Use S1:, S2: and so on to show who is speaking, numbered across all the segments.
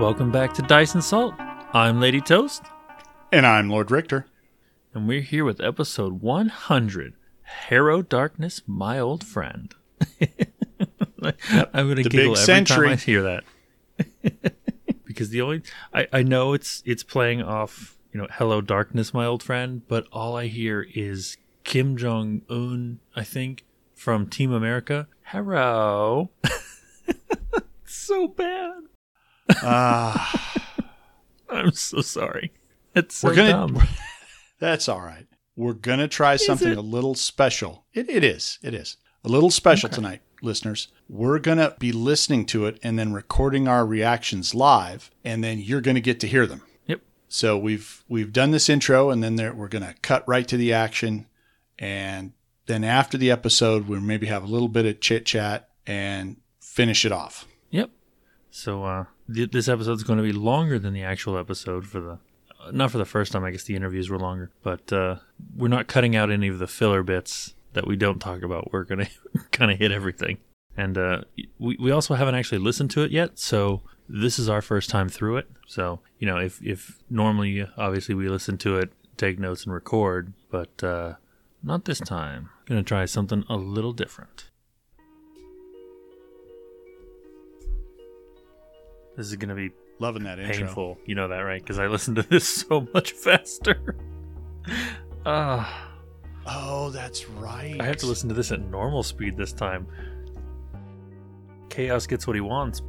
S1: Welcome back to Dice and Salt. I'm Lady Toast,
S2: And I'm Lord Richter.
S1: and we're here with episode 100 Harrow Darkness, My Old Friend. I'm going to
S2: The
S1: giggle every time I
S2: big century.
S1: hear that. because the only I, I know it's it's playing off, you know, Hello Darkness, My Old Friend, but all I hear is Kim Jong Un, I think, from Team America. Harrow. so bad.
S2: Ah,
S1: I'm so sorry. It's so
S2: We're gonna-
S1: dumb.
S2: that's all right. We're going to try something
S1: it?
S2: a little special. It, it is. It is. A little special tonight, listeners. We're going to be listening to it and then recording our reactions live, and then you're going to get to hear them.
S1: Yep.
S2: So we've we've done this intro, and then there, we're going to cut right to the action, and then after the episode, we'll maybe have a little bit of chit chat and finish it off.
S1: Yep. So uh, th- this episode's going to be longer than the actual episode for the uh, not for the first time. I guess the interviews were longer, but uh, we're not cutting out any of the filler bits that we don't talk about. We're gonna kind of hit everything, and uh, we we also haven't actually listened to it yet. So this is our first time through it. So you know, if if normally obviously we listen to it, take notes, and record, but uh, not this time. Gonna try something a little different. This is gonna be
S2: Loving that intro.
S1: painful. You know that, right? Because I listen to this so much faster. Ah,
S2: Oh, that's right.
S1: I have to listen to this at normal speed this time. Chaos gets what he wants.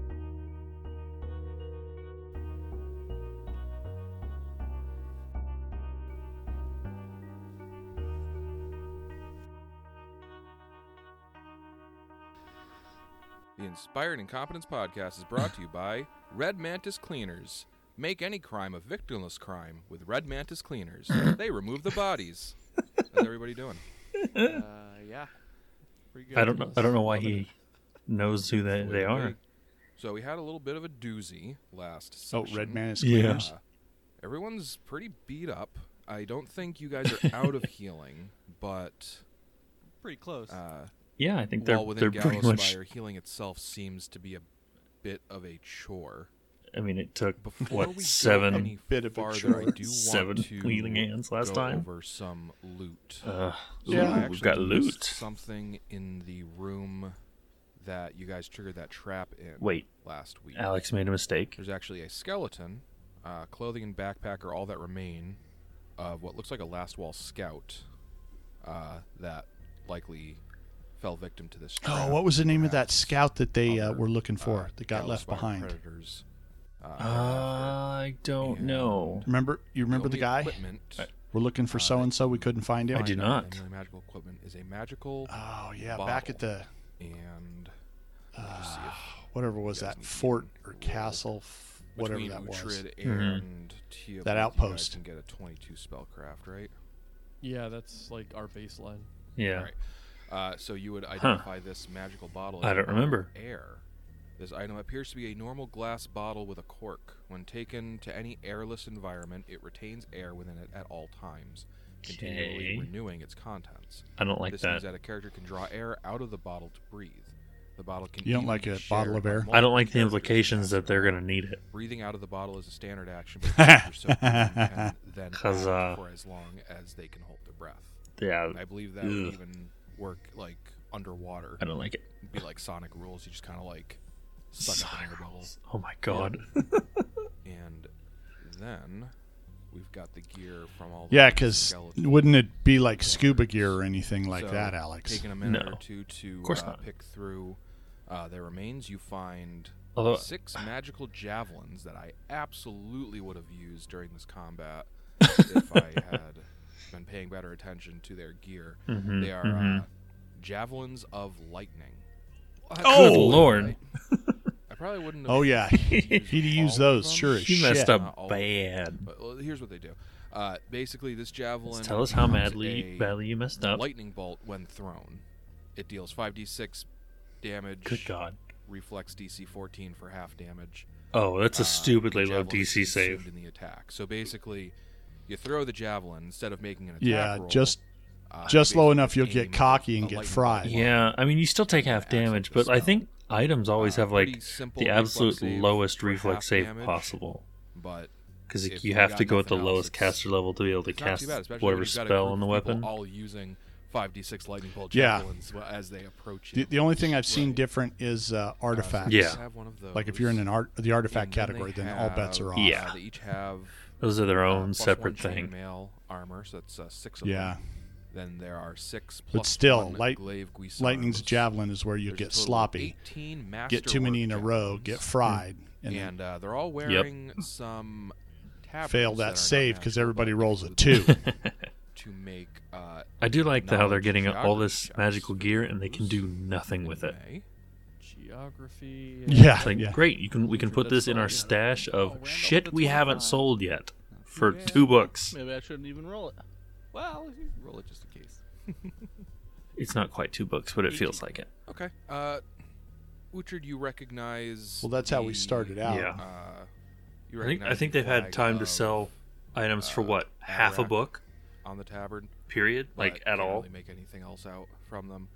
S3: The Inspired Incompetence podcast is brought to you by Red Mantis Cleaners. Make any crime a victimless crime with Red Mantis Cleaners. they remove the bodies. How's everybody doing?
S4: Uh, yeah. Pretty good.
S1: I don't know. I don't know why he knows who they, they are.
S3: So we had a little bit of a doozy last.
S2: Oh,
S3: Session.
S2: Red Man is
S1: Yeah.
S2: cleaners.
S3: Uh, everyone's pretty beat up. I don't think you guys are out of healing, but
S4: Pretty close.
S3: uh,
S1: Yeah, I think they're
S3: while within
S1: they're pretty much.
S3: Gallowspire, healing itself seems to be a bit of a chore.
S1: I mean, it took
S3: Before we
S1: what
S3: go
S1: seven?
S3: any
S2: Bit of a
S3: farther, I
S2: chore.
S3: do want
S1: Seven
S3: to
S1: cleaning hands last
S3: go
S1: time.
S3: over some loot.
S1: Uh,
S2: Yeah.
S3: I
S1: ooh,
S3: actually
S1: we've got
S3: missed
S1: loot.
S3: Something in the room that you guys triggered that trap in
S1: Wait,
S3: last week.
S1: Alex made a mistake.
S3: There's actually a skeleton, uh, clothing and backpack are all that remain of what looks like a last wall scout uh, that likely fell victim to this.
S2: Oh,
S3: trap,
S2: what was the name of that
S3: perhaps
S2: scout that they uh,
S3: other,
S2: were looking
S3: uh,
S2: for that got left
S3: Gallus-wire
S2: behind?
S3: Predators. Uh,
S1: Uh,
S3: are after.
S1: I don't know.
S2: Remember, you remember the
S3: only
S2: guy?
S3: equipment
S2: We're looking for
S3: Uh,
S2: so and so. We couldn't find him.
S1: I do
S3: find
S1: not. Ah,
S3: out that the only magical equipment is a magical
S2: Oh yeah, back at the
S3: and let me just see
S2: uh,
S3: if
S2: whatever was that
S3: Doesn't
S2: fort or
S3: even-
S2: castle, f- whatever
S3: between
S2: that was.
S3: Uhtred
S1: Mhm.
S3: and Teobald,
S2: That
S3: you guys
S2: outpost.
S3: can get a 22 spellcraft, right?
S4: yeah, that's like our baseline.
S1: Yeah.
S3: Right. Uh, so you would identify this magical bottle.
S1: I
S3: as
S1: don't
S3: bottled
S1: remember.
S3: Air. This item appears to be a normal glass bottle with a cork. When taken to any airless environment, it retains air within it at all times,
S1: Okay.
S3: continually renewing its contents.
S1: I don't like
S3: this
S1: that.
S3: means that a character can draw air out of the bottle to breathe. The bottle can
S2: You don't
S3: even
S2: like
S3: be
S2: a bottle
S3: shared
S2: of
S3: by
S2: air?
S1: I don't like the
S3: multiple
S1: implications
S3: characters.
S1: that they're gonna need it.
S3: Breathing out of the bottle is a standard action, but characters so breathing can then
S1: Huzzah.
S3: act for as long as they can hold their breath.
S1: Yeah,
S3: I believe that would
S1: Ugh.
S3: even work like underwater.
S1: I don't like it.
S3: It'd be like Sonic rules. You just kind of like suck up in the bubble.
S1: Cyrus. Oh my god.
S3: And then we've got the gear from all. The
S2: Yeah, because
S3: skeleton
S2: wouldn't it be like scuba
S3: characters.
S2: gear or anything like
S3: So,
S2: that, Alex?
S3: Taking a minute
S1: No.
S3: or two to
S1: Of course
S3: uh,
S1: not.
S3: pick through uh, their remains, you find
S1: Although
S3: six magical javelins that I absolutely would have used during this combat if I had been paying better attention to their gear.
S2: mm-hmm,
S1: Mhm,
S3: They are
S1: mhm.
S3: uh, javelins of lightning.
S2: Oh!
S1: Good lord.
S3: I- I probably wouldn't. Have
S2: Oh yeah,
S3: uh,
S2: he'd
S3: all
S2: use
S3: of
S2: those
S3: them,
S2: sure as
S1: he
S2: shit.
S1: messed
S3: Not
S1: up
S3: all-
S1: bad.
S3: But well, here's what they do. Uh, basically, this javelin.
S1: Tell us how
S3: becomes
S1: madly
S3: a
S1: badly you messed up.
S3: Lightning bolt when thrown, it deals 5d6 damage.
S1: Good god.
S3: Reflex DC 14 for half damage.
S1: Oh, that's
S3: uh,
S1: a stupidly
S3: the
S1: low
S3: javelin is
S1: DC
S3: consumed
S1: save.
S3: in the attack. So basically, you throw the javelin instead of making an attack
S2: Yeah,
S3: roll,
S2: just
S3: uh,
S2: just low
S3: basically
S2: enough you'll
S3: aim
S2: get
S3: with
S2: cocky and
S3: a
S2: get
S3: lightning
S2: fried.
S3: bolt. Uh,
S1: Yeah, I mean you still take half
S3: Accident
S1: damage,
S3: to
S1: but I
S3: spell.
S1: think items always
S3: Uh,
S1: have like
S3: pretty simple
S1: the
S3: reflex
S1: absolute
S3: save
S1: lowest
S3: for half
S1: reflex save
S3: damage,
S1: possible
S3: But
S1: because
S3: If
S1: you
S3: you
S1: have
S3: got
S1: to go at the
S3: nothing else,
S1: lowest
S3: it's-
S1: caster level to be able to
S3: it's not
S1: cast
S3: too bad, especially
S1: whatever
S3: when you've got a
S1: spell
S3: group
S1: on the
S3: of people
S1: weapon.
S3: All using 5d6 lightning bolt
S2: Yeah.
S3: javelins yeah. as they approach
S2: The,
S3: you.
S2: the only thing I've seen
S3: Right.
S2: different is uh, artifacts.
S1: Yeah.
S3: Have one of those.
S2: Like if you're in an art the artifact
S3: And then they
S2: category, then all bets
S3: have-
S2: are off.
S1: Yeah.
S3: Uh, they each have
S1: Those are their
S3: uh,
S1: own
S3: plus
S1: separate
S3: one
S1: thing.
S3: Mail armor, so that's uh, six of
S2: Yeah.
S3: them. Then there are six.
S2: But
S3: plus
S2: still,
S3: one
S2: light-
S3: glaive Guisarmes.
S2: Lightning's javelin is where you
S3: There's a
S2: get
S3: total of
S2: sloppy,
S3: 18
S2: get too many in a
S3: masterwork
S2: row,
S3: javelins.
S2: get fried, and, then
S3: and uh, they're all wearing some. tabards
S2: fail
S3: that are
S2: that
S3: not
S2: save because
S3: magical,
S2: everybody
S3: but
S2: rolls a
S3: use
S2: two.
S3: to make. Uh,
S1: I do like the, how they're
S3: knowledge
S1: getting all
S3: geography
S1: this
S3: checks
S1: magical
S3: for
S1: gear and they can
S3: those
S1: do nothing with it.
S3: anyway.
S4: Geography.
S2: yeah,
S1: It's like
S2: yeah.
S1: great, you can we can
S4: For
S1: put
S4: the
S1: this in our
S4: soul, yeah.
S1: stash
S5: Oh,
S1: of
S5: Randolph,
S1: shit
S5: that's
S1: we
S5: what I
S1: haven't
S5: thought.
S1: sold yet for
S4: Yeah.
S1: two books.
S5: Maybe I shouldn't even roll it.
S4: Well, you roll it just in case.
S1: It's not quite two books, but it feels like it.
S3: Okay. Uh, Uchard, you recognize.
S2: Well, that's how we
S3: the,
S2: started out.
S1: Yeah.
S3: Uh, you
S1: I think I
S3: recognize
S1: think
S3: the
S1: they've had
S3: flag
S1: time to
S3: of-
S1: sell items for
S3: uh,
S1: what half a
S3: Iraq.
S1: book
S3: on the tabard.
S1: period,
S3: but
S1: like at
S3: can't
S1: all.
S3: Really make anything else out from them.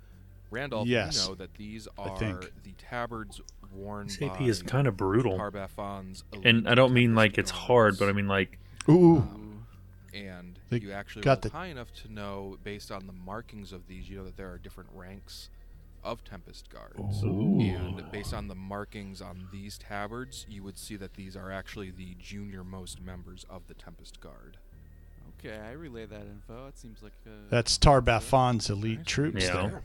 S3: Randolph, you
S2: Yes,
S3: know that these are
S2: think.
S3: the tabards worn
S1: This
S3: by
S1: AP is kind of brutal,
S3: Tarbathon's elite
S1: and I don't mean
S3: Tempest
S1: like it's hard, but I
S3: Guards.
S1: mean like
S2: Ooh,
S3: Um, and
S2: They
S3: you actually
S2: got
S3: got rolled
S2: the-
S3: high enough to know based on the markings of these you know that there are different ranks of tempest guards and based on the markings on these tabards you would see that these are actually the junior most members of the tempest guard
S5: Okay, I relay that info. It seems like. Uh,
S2: that's Tarbafon's elite troops
S1: Yeah.
S2: there.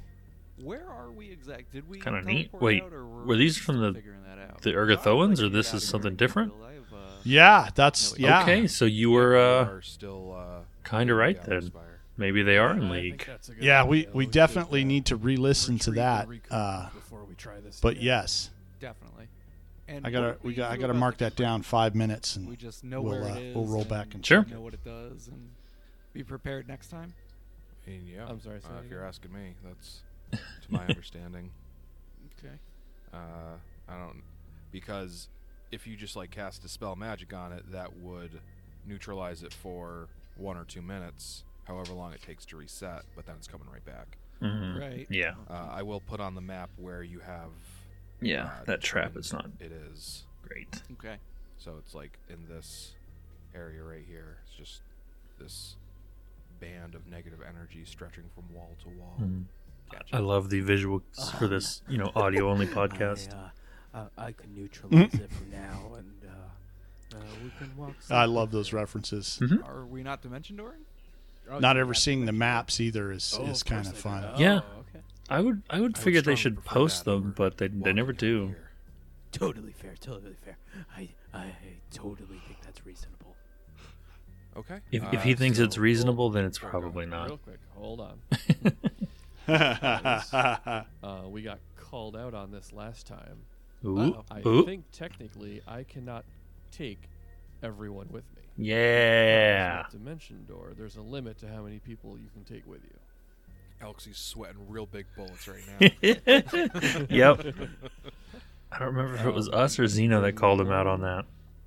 S5: Where are we exact? Did we?
S1: Kinda neat.
S5: teleport
S1: Wait,
S5: out, or
S1: were these from
S5: still
S1: the-
S5: figuring that out?
S1: the
S5: Well, I'd
S1: Ergothoans,
S5: like to
S1: or
S5: get
S1: this
S5: out
S1: is
S5: of
S1: something
S5: here,
S1: different?
S5: Bill. I have, uh,
S2: Yeah, that's
S5: No,
S2: yeah.
S1: Okay, so you were
S3: They
S1: uh,
S3: are still uh,
S1: kind of right then.
S3: Downspire.
S1: Maybe they are in
S4: I think
S1: league.
S4: that's a good
S2: Yeah,
S4: idea.
S2: we, we
S4: should,
S2: definitely
S4: uh,
S2: need to re-listen to
S4: retrieve
S2: that.
S4: and recoup
S2: Uh,
S4: before we try this.
S2: but
S4: again.
S2: yes,
S5: definitely. And
S2: I
S5: what
S2: gotta
S5: did
S2: we got I
S5: do
S2: gotta
S5: about
S2: mark
S5: the
S2: that
S5: different-
S2: down five minutes
S5: We
S2: and
S5: just know
S2: we'll,
S5: where
S2: uh,
S5: it is.
S2: we'll roll back and
S1: Sure.
S5: we Know what it does and be prepared next time.
S3: I mean, yeah
S4: I'm sorry, say
S3: uh,
S4: that
S3: if you're asking me that's to my understanding
S5: Okay.
S3: Uh, I don't because if you just like cast a spell magic on it, that would neutralize it for one or two minutes, however long it takes to reset. But then it's coming right back.
S1: Mhm.
S5: Right.
S1: Yeah,
S3: Uh, I will put on the map where you have
S1: yeah,
S3: Uh,
S1: that trap is not
S3: it is.
S1: great.
S5: Okay.
S3: So it's like in this area right here. It's just this band of negative energy stretching from wall to wall.
S1: Mhm. I love the visuals for this, you know, audio only podcast. Mm-hmm.
S6: I, uh, I, I can neutralize it for now, and uh, uh, we can walk.
S2: I
S6: safely
S2: love those
S6: through.
S2: references.
S1: Mhm.
S5: Are we not dimension dooring?
S2: Not ever seeing the maps either is
S6: Oh,
S2: is
S6: of
S2: kind
S6: course
S2: of
S6: they
S2: fun.
S6: do.
S1: Yeah.
S5: Oh, okay.
S1: I would, I would
S3: I would
S1: figure they
S3: strongly
S1: should
S3: prefer
S1: post
S3: that
S1: them,
S3: over
S1: but they they
S3: walking
S1: never
S3: out
S1: do.
S3: here.
S6: Totally fair. Totally fair. I, I, totally think that's reasonable.
S3: Okay.
S1: If,
S3: uh,
S1: if he thinks
S3: so
S1: it's reasonable, then it's
S3: we'll go.
S1: probably
S4: Real
S1: not.
S4: quick, hold on.
S2: yeah,
S4: Uh, we got called out on this last time. Uh,
S1: Ooh,
S4: I
S1: ooh,
S4: think technically I cannot take everyone with me.
S1: yeah.
S4: With Dimension door. There's a limit to how many people you can take with you.
S3: Alexi's sweating real big bullets right now.
S1: yep. I don't remember if it was us or Zeno that called him out on that.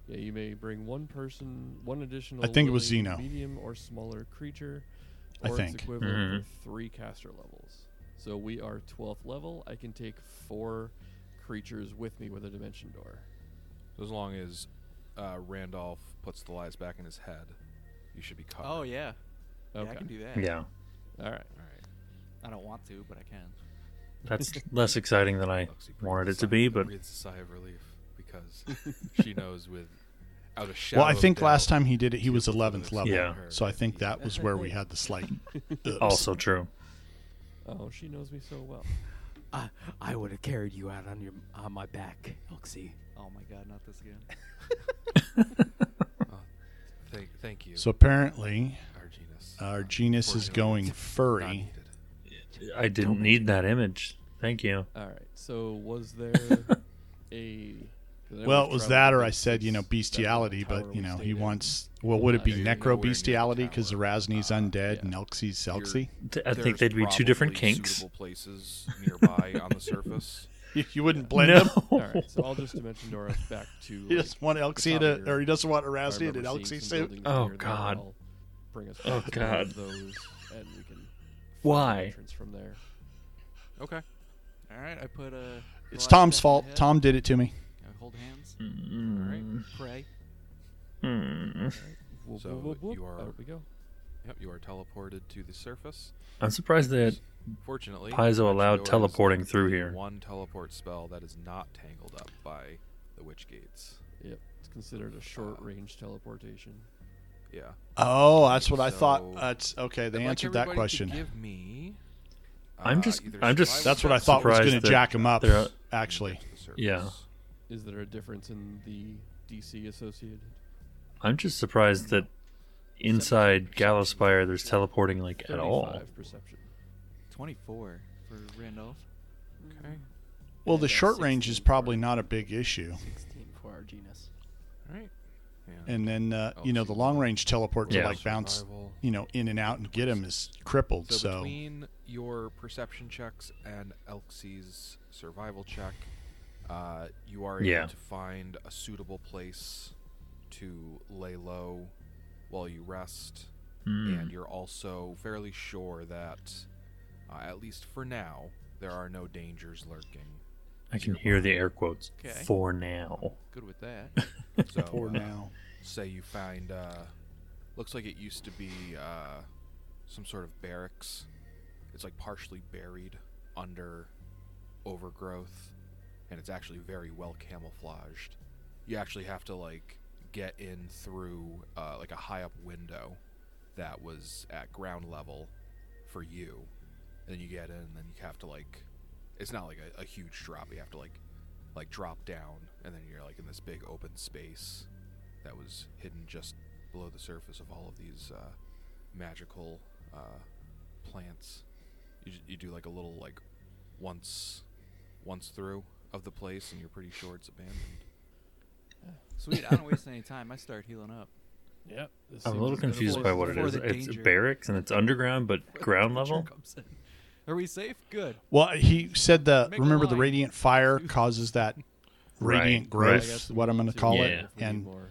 S4: Yeah, you may bring one person, one additional.
S2: I think it was
S4: willing
S2: Zeno.
S4: Medium or smaller creature,
S2: I
S4: or
S2: think.
S4: its
S1: Mm-hmm.
S4: equivalent for three caster levels. So we are 12th level. I can take four creatures with me with a dimension door.
S3: So as long as uh, Randolph puts the lies back in his head, you should be covered.
S5: Oh yeah. Yeah, I
S4: Okay.
S5: can do that.
S1: Yeah,
S4: All
S3: All
S4: right.
S3: right.
S5: I don't want to, but I can.
S1: that's less exciting than I
S3: Lexi breathes
S1: wanted
S3: a
S1: it
S3: sigh-
S1: to be, but
S3: breathes a sigh of relief because she knows with out of shadow.
S2: Well, I
S3: of
S2: think
S3: doubt
S2: last time he did it, he
S3: Two
S2: was
S3: people
S2: 11th
S3: lives
S2: level.
S1: Yeah.
S3: her
S2: So I
S3: and
S2: think
S3: he's
S2: that was where we had the slight. oops.
S1: also true.
S4: Oh, she knows me so well.
S6: I, I would have carried you out on your on my back, Elxie.
S5: Oh my god, not this again.
S3: Thank, thank you,
S2: So apparently,
S3: Arginus.
S2: our genus is
S3: Unfortunately,
S2: going
S3: not
S2: furry.
S3: needed.
S1: I didn't need that image. Thank you.
S4: All right. So was there a? 'cause I
S2: Well,
S4: was
S2: it was
S4: traveling
S2: that, or I
S4: with
S2: said,
S4: this-
S2: you know,
S4: that little
S2: bestiality,
S4: tower
S2: but you
S4: we
S2: know,
S4: stayed
S2: he
S4: in.
S2: wants. Well, would it be
S4: Uh, yeah, nowhere
S2: necro
S4: near the
S2: bestiality because
S3: tower.
S2: Erasni's
S3: Uh,
S2: undead
S4: yeah.
S2: and Elxie's
S3: You're-
S2: Selxie?
S1: Th- I think
S3: There's
S1: they'd be two different
S3: probably
S1: kinks.
S3: Suitable places nearby on the surface.
S2: You wouldn't blend
S1: No.
S2: them.
S4: All right. So I'll just dimension Dora back to.
S2: He
S4: like,
S2: doesn't want Elxie
S4: top of
S2: to,
S4: your-
S2: or he doesn't want
S4: I
S2: Erasni in an
S4: remember seeing
S2: Elxie
S4: some
S2: suit.
S4: buildings
S1: Oh,
S4: near there
S1: God.
S4: that'll Bring us
S1: Oh,
S4: back to one
S1: God.
S4: of Those, and we can find
S1: Why?
S4: entrance from there.
S3: Okay.
S5: All right, I put uh, a
S2: It's
S5: Well, I
S2: Tom's
S5: step
S2: fault.
S5: ahead.
S2: Tom did it to me.
S5: Can I hold hands,
S1: Mm,
S5: pray.
S1: mm.
S4: Whoop,
S3: So
S4: whoop, whoop, whoop.
S3: you are-
S4: Out we go.
S3: Yep, you are teleported to the surface.
S1: I'm surprised that
S3: Fortunately,
S1: Paizo allowed
S3: Matador is
S1: teleporting through here.
S3: One teleport spell that is not tangled up by the witch gates.
S4: Yep. It's considered a short range teleportation.
S3: Yeah.
S2: Oh, that's what I
S3: So-
S2: thought. That's okay. They
S3: I'd like
S2: answered that
S3: everybody to
S2: question.
S3: give me. uh,
S1: I'm just-
S3: either
S1: I'm just-
S3: survival
S2: That's what I
S3: checks
S2: thought was
S1: surprised
S2: going to
S1: that
S2: jack him up.
S1: they're out-
S2: Actually,
S3: to the surface.
S1: Yeah.
S4: Is there a difference in the DC associated?
S1: I'm just surprised that inside Gallowspire there's teleporting like at all.
S4: 35 Perception.
S5: 24 for Randolph.
S3: Okay.
S2: well,
S6: Yeah,
S2: the
S6: that's
S2: short range is
S6: 16
S2: probably
S6: for-
S2: not a big issue,
S6: 16 for our genus.
S3: All right. Yeah.
S2: and then uh,
S3: Oh,
S2: you know
S3: so
S2: the
S3: you
S2: long
S3: can
S2: range teleport to
S1: Yeah.
S2: like bounce,
S3: Survival.
S2: you know, in and out and get him is crippled.
S3: So,
S2: So,
S3: between your perception checks and Elxie's survival check, uh, you are
S1: Yeah.
S3: able to find a suitable place to lay low while you rest,
S1: Mm.
S3: and you're also fairly sure that, uh, at least for now, there are no dangers lurking.
S1: I can hear the air quotes
S5: Okay.
S1: for now.
S5: Good with that.
S3: So,
S2: for
S3: uh,
S2: now,
S3: say you find uh looks like it used to be uh some sort of barracks it's like partially buried under overgrowth and it's actually very well camouflaged you actually have to like get in through uh, like a high up window that was at ground level for you and then you get in and then you have to like it's not like a, a huge drop you have to like like drop down and then you're like in this big open space that was hidden just below the surface of all of these uh, magical uh, plants. You, j- you do like a little like once once through of the place, and you're pretty sure it's abandoned.
S5: Sweet. I don't waste any time. I start healing up.
S4: Yep. this
S1: I'm a
S4: seems
S1: little
S4: as good a
S1: confused
S4: place
S1: by
S4: as
S1: what it
S4: any.
S5: before
S1: is.
S5: the
S1: It's a
S5: danger-
S1: barracks and it's underground, but ground
S5: Creature
S1: level.
S5: comes in. Are we safe? Good.
S2: well, he said the
S5: Make a
S2: remember the
S5: line.
S2: radiant fire causes that
S1: Right,
S2: radiant
S1: right.
S4: I
S1: Well,
S2: growth,
S4: guess we
S2: what I'm
S4: need
S2: going to
S4: to
S2: call
S4: if
S1: Yeah.
S2: it,
S4: we need
S2: and
S4: more.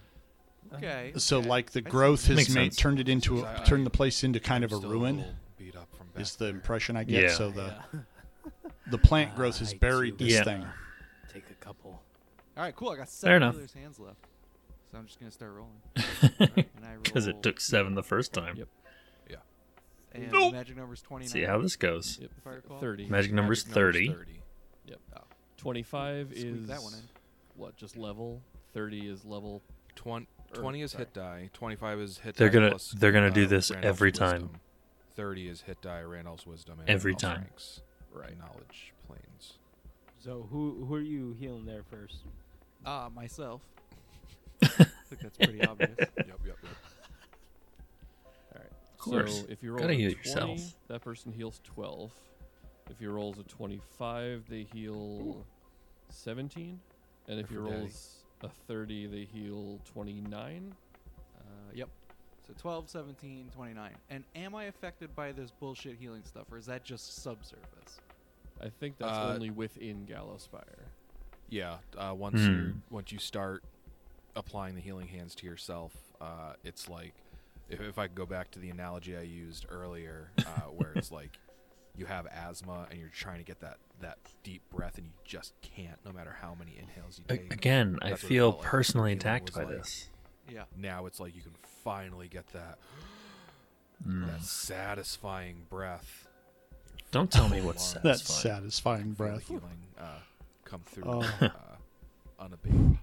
S1: Uh,
S5: Okay.
S2: so
S5: okay.
S2: like the
S5: I
S2: growth
S5: see.
S1: Makes
S2: has made
S1: sense.
S2: turned it into
S3: I-
S2: a,
S3: I-
S2: turned the place into kind
S3: I'm
S2: of a
S3: still
S2: ruin.
S3: little beat up from back
S2: is the
S3: there.
S2: impression I get.
S1: Yeah.
S2: So the
S6: Yeah.
S2: the plant growth has
S6: I
S2: buried
S6: do.
S2: this
S1: Yeah.
S2: thing.
S6: Take a couple.
S5: All right. Cool. I got
S1: Fair
S5: seven
S1: enough.
S5: healers' hands left, so I'm just gonna start rolling. And I roll.
S1: Because it took seven the first time.
S4: Yep.
S5: And Magic number's 29.
S1: See how this goes.
S4: Yep.
S5: Fire call?
S4: 30.
S1: Magic number's
S3: Magic
S1: 30.
S3: 30.
S4: 25
S5: Squeak
S4: is
S5: that one in.
S4: what? Just level. 30 is level.
S3: Twen- 20, is hit die. 25 is hit
S1: They're
S3: die.
S1: gonna-
S3: plus,
S1: they're gonna do
S3: uh,
S1: this
S3: Randolph's
S1: every time.
S3: wisdom. 30 is hit die, Randolph's wisdom, and
S1: Every
S3: Randolph's
S1: time.
S3: Ranks. Right. Knowledge planes.
S7: So who who are you healing there first?
S5: Ah, myself. I think that's pretty obvious.
S3: yep, yep, yep.
S1: Of course.
S4: So if you roll
S1: Gotta
S4: a
S1: heal
S4: 20,
S1: yourself.
S4: that person heals 12. If you rolls a 25, they heal 17. And if
S3: Good
S4: you
S3: for daddy.
S4: rolls a 30, they heal 29.
S5: Uh, yep. So 12, 17, 29. And am I affected by this bullshit healing stuff, or is that just subsurface?
S4: I think that's
S3: Uh,
S4: only within Gallowspire.
S3: Yeah. Uh, once you
S1: Hmm.
S3: once you start applying the healing hands to yourself, uh, it's like if, if I could go back to the analogy I used earlier, uh, where it's like you have asthma and you're trying to get that that deep breath and you just can't, no matter how many inhales you
S1: A-
S3: take.
S1: again, I
S3: That's what it
S1: feel
S3: felt like.
S1: personally
S3: Feeling
S1: attacked
S3: was
S1: by
S3: like-
S1: this.
S5: Yeah.
S3: Now it's like you can finally get that
S1: Mm.
S3: that satisfying breath.
S1: Don't tell me what's
S3: That's
S1: satisfying.
S2: That satisfying
S3: Feel the
S2: breath.
S3: healing uh, come through
S2: Oh.
S3: uh, unabated.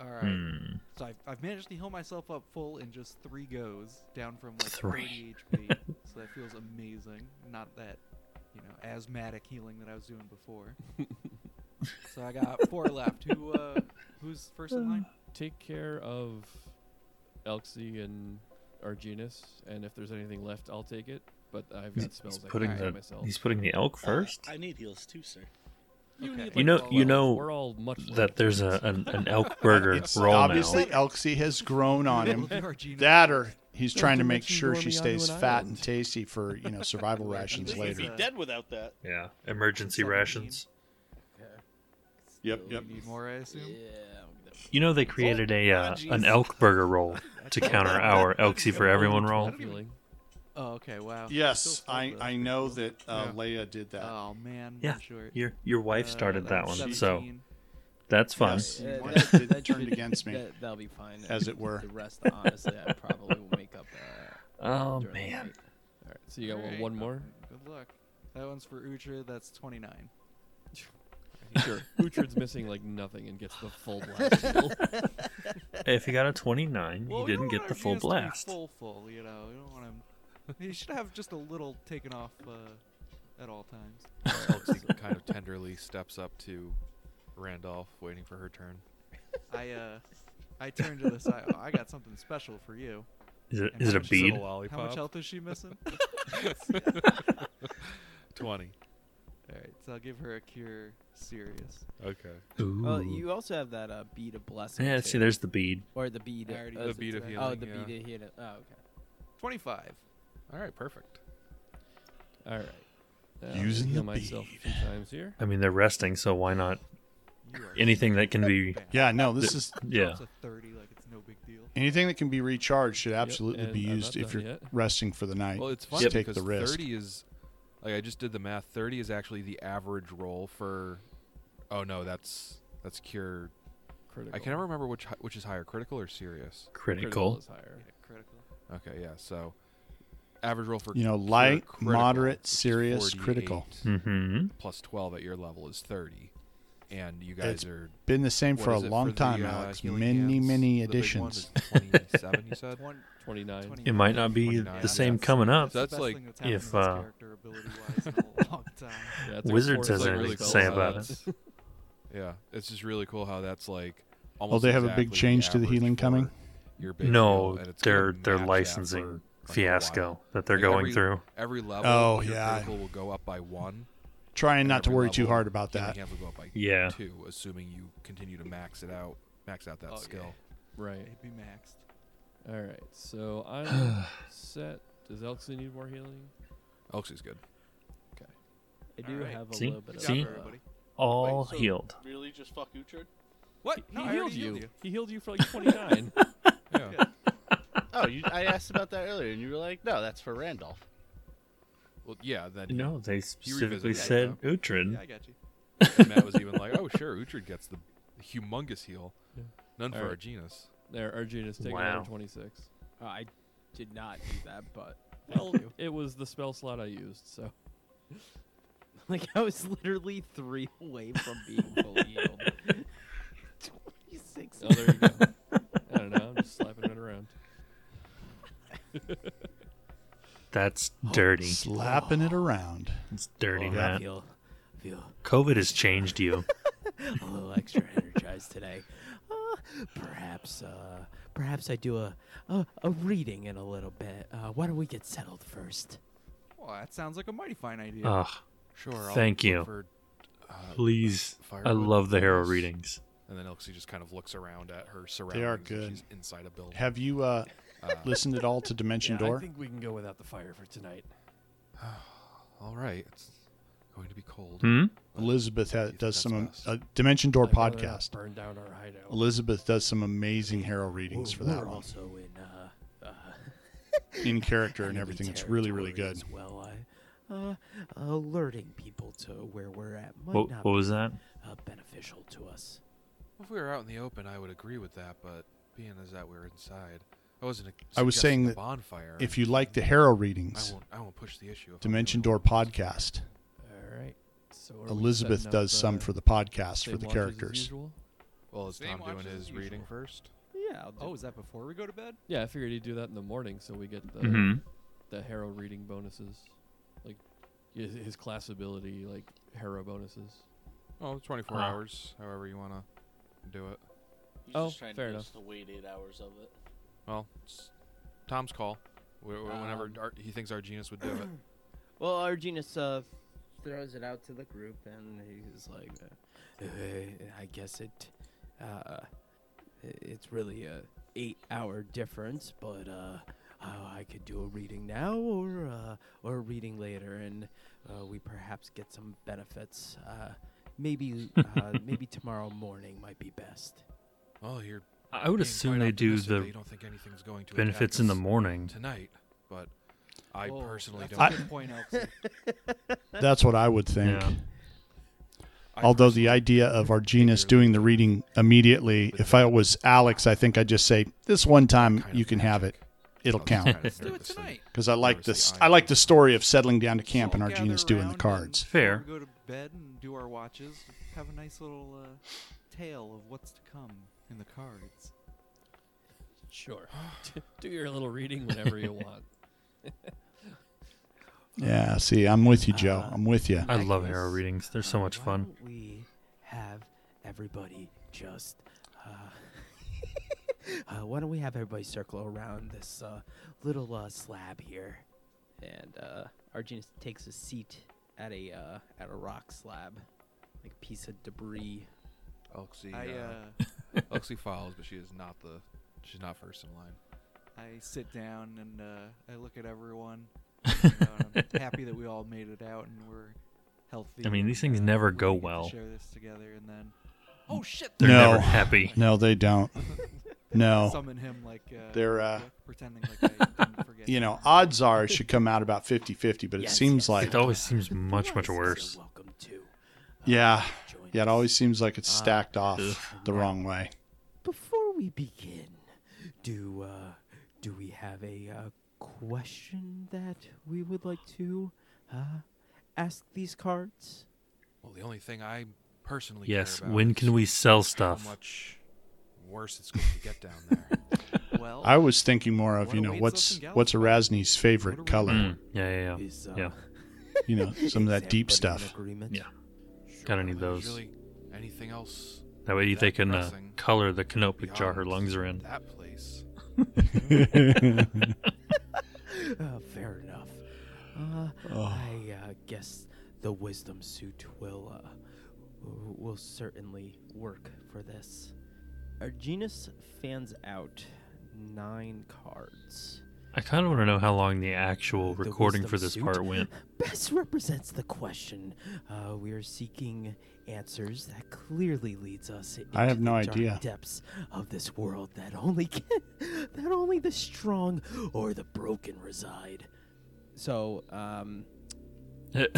S5: All right.
S1: Mm.
S5: So I've, I've managed to heal myself up full in just three goes, down from like
S1: Three.
S5: 30 HP. so that feels amazing. Not that, you know, asthmatic healing that I was doing before. so I got four left. Who uh, who's first in line?
S4: Take care of Elxie and Arginus, and if there's anything left, I'll take it. But I've got spells
S1: He's
S4: I
S1: putting
S4: can
S1: the
S4: take myself.
S1: he's putting the elk first.
S7: I need heals too, sir.
S5: You need,
S1: You know-
S5: twelve
S1: you
S5: levels.
S1: know
S4: we're all much like
S1: that there's a an, an elk burger
S2: It's
S1: roll
S2: obviously
S1: now.
S2: Elxie has grown on him.
S5: You are genius.
S2: That or he's trying to
S4: do
S2: make
S4: what you
S2: sure
S4: want
S2: she
S4: me onto
S2: stays
S4: an
S2: fat
S4: island.
S2: and tasty for you know survival rations
S5: This is
S2: later.
S5: a-
S7: dead without that.
S1: Yeah, emergency
S5: Seventeen.
S1: rations.
S2: Yep,
S5: You need more, I assume.
S1: You know they created a uh, an elk burger roll to counter our Elxie for everyone roll.
S4: healing.
S5: Oh, okay. Wow.
S2: Yes,
S5: Still full,
S2: I,
S5: though.
S2: I know that uh,
S1: Yeah.
S2: Leia did that.
S5: Oh man.
S1: Yeah,
S5: one Short.
S1: Your your wife
S5: Uh,
S1: started that one,
S5: that's
S1: so
S5: 17.
S1: that's fun.
S2: Yes.
S7: Yeah,
S2: One
S7: that-
S2: that
S7: that
S2: turned
S7: should-
S2: against me.
S7: That, that'll be fine.
S2: As it were.
S7: The rest, honestly, I probably will make up. Uh,
S1: Oh
S7: during the
S1: man,
S7: night.
S4: All right, so you got
S5: Alright.
S4: one more.
S5: Good luck. That one's for Utra. That's 29.
S4: Sure, Uhtred's missing like nothing and gets the full blast. deal.
S1: if he got a twenty nine,
S5: Well,
S1: he
S5: we
S1: didn't
S5: don't
S1: get
S5: want
S1: the
S5: our
S1: full
S5: jeans to be
S1: blast.
S5: Full, full. You know, you don't want him. You should have just a little taken off uh, at all times.
S3: Elsie kind of tenderly steps up to Randolph, waiting for her turn.
S5: I uh, I turned to the side. "Oh, I got something special for you.
S1: Is it
S5: And
S1: is it
S5: how
S1: a
S5: much is it
S1: bead?
S3: Little
S5: How much
S3: lollipop.
S5: health is she missing?
S3: Twenty.
S5: all right, so I'll give her a cure. Serious.
S3: Okay.
S1: Ooh.
S7: Well, you also have that uh, bead of blessing.
S1: yeah,
S7: too.
S1: see, there's the bead.
S7: or the bead.
S5: I already
S7: uh,
S3: The
S5: used it
S3: bead of
S5: today.
S3: healing.
S7: oh, the
S3: yeah.
S7: bead of healing. Oh, okay.
S5: 25.
S3: All right, perfect.
S4: All right, now
S2: Using
S4: heal
S2: the
S4: myself a few times here.
S1: I mean, they're resting, so why not
S5: You are
S1: anything that can be?
S5: bad.
S2: Yeah, no, this
S1: The-
S2: is
S1: Yeah,
S5: Drops a 30 like it's no big deal.
S2: anything that can be recharged should absolutely
S4: and
S2: be
S4: I'm
S2: used
S4: not
S2: if
S4: done
S2: you're
S4: yet.
S2: resting for the night.
S3: Well, it's
S2: Just
S3: funny
S2: take
S3: because
S2: the risk.
S3: thirty is like I just did the math. Thirty is actually the average roll for. Oh no, that's that's cure.
S4: Critical.
S3: I can never remember which hi- which is higher, critical or serious.
S4: Critical
S1: critical.
S4: is higher.
S5: Yeah, critical.
S3: Okay, yeah. So average roll for
S2: you know,
S3: cure
S2: light,
S3: critical,
S2: moderate,
S3: which is
S2: serious, critical.
S3: 48
S1: Mm-hmm.
S3: plus twelve at your level is thirty, and you guys
S2: It's
S3: are
S2: Been the same for
S3: what
S2: a
S3: is it
S2: long
S3: for the,
S2: time,
S3: uh,
S2: Alex.
S3: healing
S2: Many,
S3: hands?
S2: many
S3: The big one
S2: additions.
S3: was Twenty-seven, you said.
S5: One-
S4: Twenty nine.
S5: 20
S1: It might not be
S3: 29.
S1: the same
S5: That's-
S1: coming up.
S3: So that's
S5: best
S3: like
S5: thing that's happened
S1: if,
S5: to this
S1: uh,
S5: character ability-wise in a long time.
S4: Yeah,
S1: Wizards
S3: has anything to say about
S4: it.
S3: Yeah, it's just really cool how that's like. Almost
S2: Oh, they have a big
S3: exactly
S2: change to the
S3: average
S2: healing
S3: for
S2: coming?
S3: Your big
S1: No,
S3: deal, and it's
S1: their
S3: gonna
S1: their
S3: match that for,
S1: licensing
S3: like, a
S1: fiasco
S3: while.
S1: that they're
S3: Like,
S1: going
S3: every-
S1: through.
S3: Every level,
S2: Oh,
S3: your
S2: yeah.
S3: critical will go up by one.
S2: Trying
S3: and
S2: not to
S3: every
S2: worry too
S3: level,
S2: hard about
S3: healing
S2: that.
S3: hands will go up by
S1: Yeah.
S3: two, assuming you continue to max it out, max out that
S5: Oh, yeah.
S3: skill.
S4: Right.
S5: It'd be maxed.
S4: All right. So I'm set. Does Elsie need more healing?
S3: Elxie's good.
S7: I do
S5: Alright.
S7: have a
S1: See?
S7: little bit
S5: Good
S7: of.
S1: See?
S5: job,
S7: uh,
S5: everybody.
S1: All
S7: Wait, so-
S1: healed.
S7: Really, just fuck Uhtred?
S5: What?
S4: He
S5: No, I
S4: healed
S5: already
S4: you. He healed you for like 29.
S3: Yeah.
S8: Oh, you, I asked about that earlier, and you were like, "No, that's for Randolph."
S3: Well, yeah. Then
S1: No, they specifically
S3: revisited
S1: said
S3: that,
S1: Utrid.
S5: Yeah, I got you.
S3: and Matt was even like, "Oh, sure, Uhtred gets the humongous heal.
S4: Yeah.
S3: None for
S4: Alright.
S3: Arginus."
S4: there, Arjuna's taking
S1: Wow.
S4: another 26.
S7: Uh, I did not do that, but
S4: Well, it was the spell slot I used, so.
S7: like I was literally three away from being fully healed. Twenty-six.
S4: Oh, there you go. I don't know. I'm just slapping it around.
S1: That's dirty.
S2: Slapping it around.
S1: It's dirty,
S7: Oh,
S1: Matt.
S7: I feel, I feel
S1: COVID has changed you.
S7: a little extra energized today. Uh, perhaps, uh, perhaps I do a, a a reading in a little bit. Uh, why don't we get settled first?
S5: Well, that sounds like a mighty fine idea.
S1: Ugh,
S3: Sure. I'll
S1: Thank
S3: look
S1: you.
S3: For, uh,
S1: please. I
S3: Firewood
S1: love the hero
S3: is-
S1: readings.
S3: And then Elxie just kind of looks around at her surroundings.
S2: They are
S3: and
S2: good.
S3: She's inside a building.
S2: Have you uh,
S3: Uh,
S2: listened at all to Dimension
S4: I
S2: Door?
S4: think we can go without the fire for tonight.
S3: all right. It's going to be cold.
S1: Hmm?
S2: Elizabeth ha
S3: Think
S2: does
S3: that's
S2: some
S3: best.
S2: uh, Dimension Door
S4: I'd rather not
S2: podcast.
S4: Burn down our hideout.
S2: Elizabeth does some amazing Harrow readings for
S7: We're
S2: that one,
S7: also in uh, uh,
S2: in character and
S7: enemy
S2: everything. It's really, really
S7: territory
S2: good.
S7: As well, I, uh, alerting people to where we're at might
S1: What,
S7: not
S1: what was that?
S7: be uh, beneficial to us.
S3: If we were out in the open, I would agree with that. But being as that we were inside, I wasn't.
S2: I was
S3: suggesting
S2: saying
S3: a
S2: that
S3: bonfire.
S2: If you like the Harrow
S3: I
S2: readings,
S3: won't. I won't push the issue. if I'm
S2: Dimension
S3: doing
S2: Door podcast,
S4: All right. So are we
S2: Elizabeth
S4: setting up,
S2: does
S4: uh,
S2: some for the podcast
S4: same
S2: for the
S4: watches as
S2: characters.
S4: usual?
S3: it. Well, is
S8: Same
S3: Tom doing
S8: watches as
S3: his reading
S8: usual.
S3: first?
S7: Yeah, I'll
S5: Oh, is that before we go to bed?
S4: Yeah, I figured he'd do that in the morning, so we get the
S1: hmm
S4: the Harrow reading bonuses, like his, his class ability, like Harrow bonuses.
S3: Oh, 24
S1: Ah.
S3: hours. However you want to do it.
S8: He's
S4: Oh,
S8: just trying
S4: fair
S8: to
S4: enough.
S8: Just wait eight hours of it.
S3: Well, it's Tom's call. Wh- wh- Whenever
S8: Um,
S3: Ar- he thinks Arginus would do it.
S8: Well, Arginus uh, throws it out to the group, and he's like, uh,
S7: Uh, I guess it. Uh, it's really a eight-hour difference, but uh, I I could do a reading now or uh, or a reading later, and uh, we perhaps get some benefits. Uh, maybe uh, maybe tomorrow morning might be best.
S3: Well, Oh, you're.
S1: I would
S3: being
S1: assume
S3: quite
S1: they do
S3: optimistic that
S1: the
S3: you don't think anything's going to attack
S1: benefits in the
S3: us
S1: morning.
S3: tonight, but I
S5: Whoa,
S3: personally
S5: that's
S3: don't.
S5: a
S2: I-
S5: good point, Elsie.
S2: That's what I would think.
S1: Yeah.
S3: I
S2: Although
S3: personally-
S2: the idea of Arginus doing the reading immediately, if I was Alex, I think I'd just say, "This one time
S3: kind of
S2: you can have it.
S3: magic.
S2: It'll
S3: I'll
S2: count."
S3: just kind
S5: Let's
S3: of
S5: do it
S3: nervously-
S5: tonight.
S2: Because I like
S3: Obviously,
S2: this.
S3: I
S2: I like
S3: am.
S2: the story of settling down to camp and
S5: All gather
S2: Arginus doing
S5: around
S2: the
S5: and
S2: cards.
S1: Fair.
S5: we go to bed and do our watches. Have a nice little uh, tale of what's to come in the cards.
S4: Sure. Do your little reading whenever you want.
S2: Yeah. See, I'm with you, Joe.
S7: Uh,
S2: I'm with you.
S1: I love
S7: Magnus,
S1: Harrow readings. They're so
S7: uh,
S1: much
S7: why
S1: fun.
S7: don't we have everybody just. Uh, uh, why don't we have everybody circle around this uh, little uh, slab here?
S6: And uh, Arginus takes a seat at a uh, at a rock slab, like a piece of debris.
S3: Elsie,
S5: I
S3: uh,
S5: uh,
S3: Elsie follows, but she is not the. She's not first in line.
S5: I sit down and uh, I look at everyone. you know, and I'm happy that we all made it out and we're healthy.
S1: I mean, these
S5: and,
S1: things
S5: uh,
S1: never
S5: we're
S1: go
S5: gonna get to
S1: well.
S5: Share this together and then. Oh shit!
S1: They're
S2: No.
S1: never happy.
S2: No, they don't. No.
S5: Summon him like. Uh,
S2: Oh. They're, uh,
S5: pretending like I didn't forget.
S2: You know, odds are it should come out about 50-50, but it
S7: Yes,
S2: seems
S7: yes.
S2: like
S1: It always seems much, much
S7: Yes, you're
S1: worse.
S7: Welcome to.
S2: yeah,
S7: Join
S2: yeah. It
S7: us.
S2: always seems like it's stacked off
S1: Uh, Ugh.
S2: the wrong way.
S7: Before we begin, do uh, do we have a uh, question that we would like to uh, ask these cards?
S3: Well, the only thing I personally
S1: Yes.
S3: care about
S1: When
S3: is
S1: can we sell
S3: how
S1: stuff?
S3: much worse it's going to get down there.
S5: well,
S2: I was thinking more of
S5: What
S2: you
S5: are
S2: know
S5: weeds
S2: what's
S5: looking
S2: what's
S5: gallows?
S2: Erasni's favorite
S5: What are
S2: color.
S5: we-
S1: Mm, yeah, yeah, yeah.
S7: Is, uh,
S1: Yeah.
S2: You know, some of
S7: is
S2: that deep
S7: everybody in
S2: stuff.
S7: Agreement?
S1: Yeah.
S3: Sure,
S1: Gotta
S3: I
S1: need
S3: mean, there's
S1: those.
S3: Really anything else
S1: That way
S3: That
S1: they can uh,
S3: depressing.
S1: color the canopic jar her
S3: beyond
S1: lungs are in.
S3: That place.
S7: Uh, fair enough. Uh,
S2: Oh.
S7: I uh, guess the wisdom suit will uh, w- will certainly work for this.
S6: Arginus fans out nine cards.
S1: I kind of want to know how long the actual
S7: The
S1: recording
S7: wisdom
S1: for this
S7: suit
S1: part went.
S7: Best represents the question. Uh, we are seeking answers that clearly leads us into
S2: I have no
S7: the dark
S2: idea.
S7: depths of this world that only can, that only the strong or the broken reside.
S6: So, um,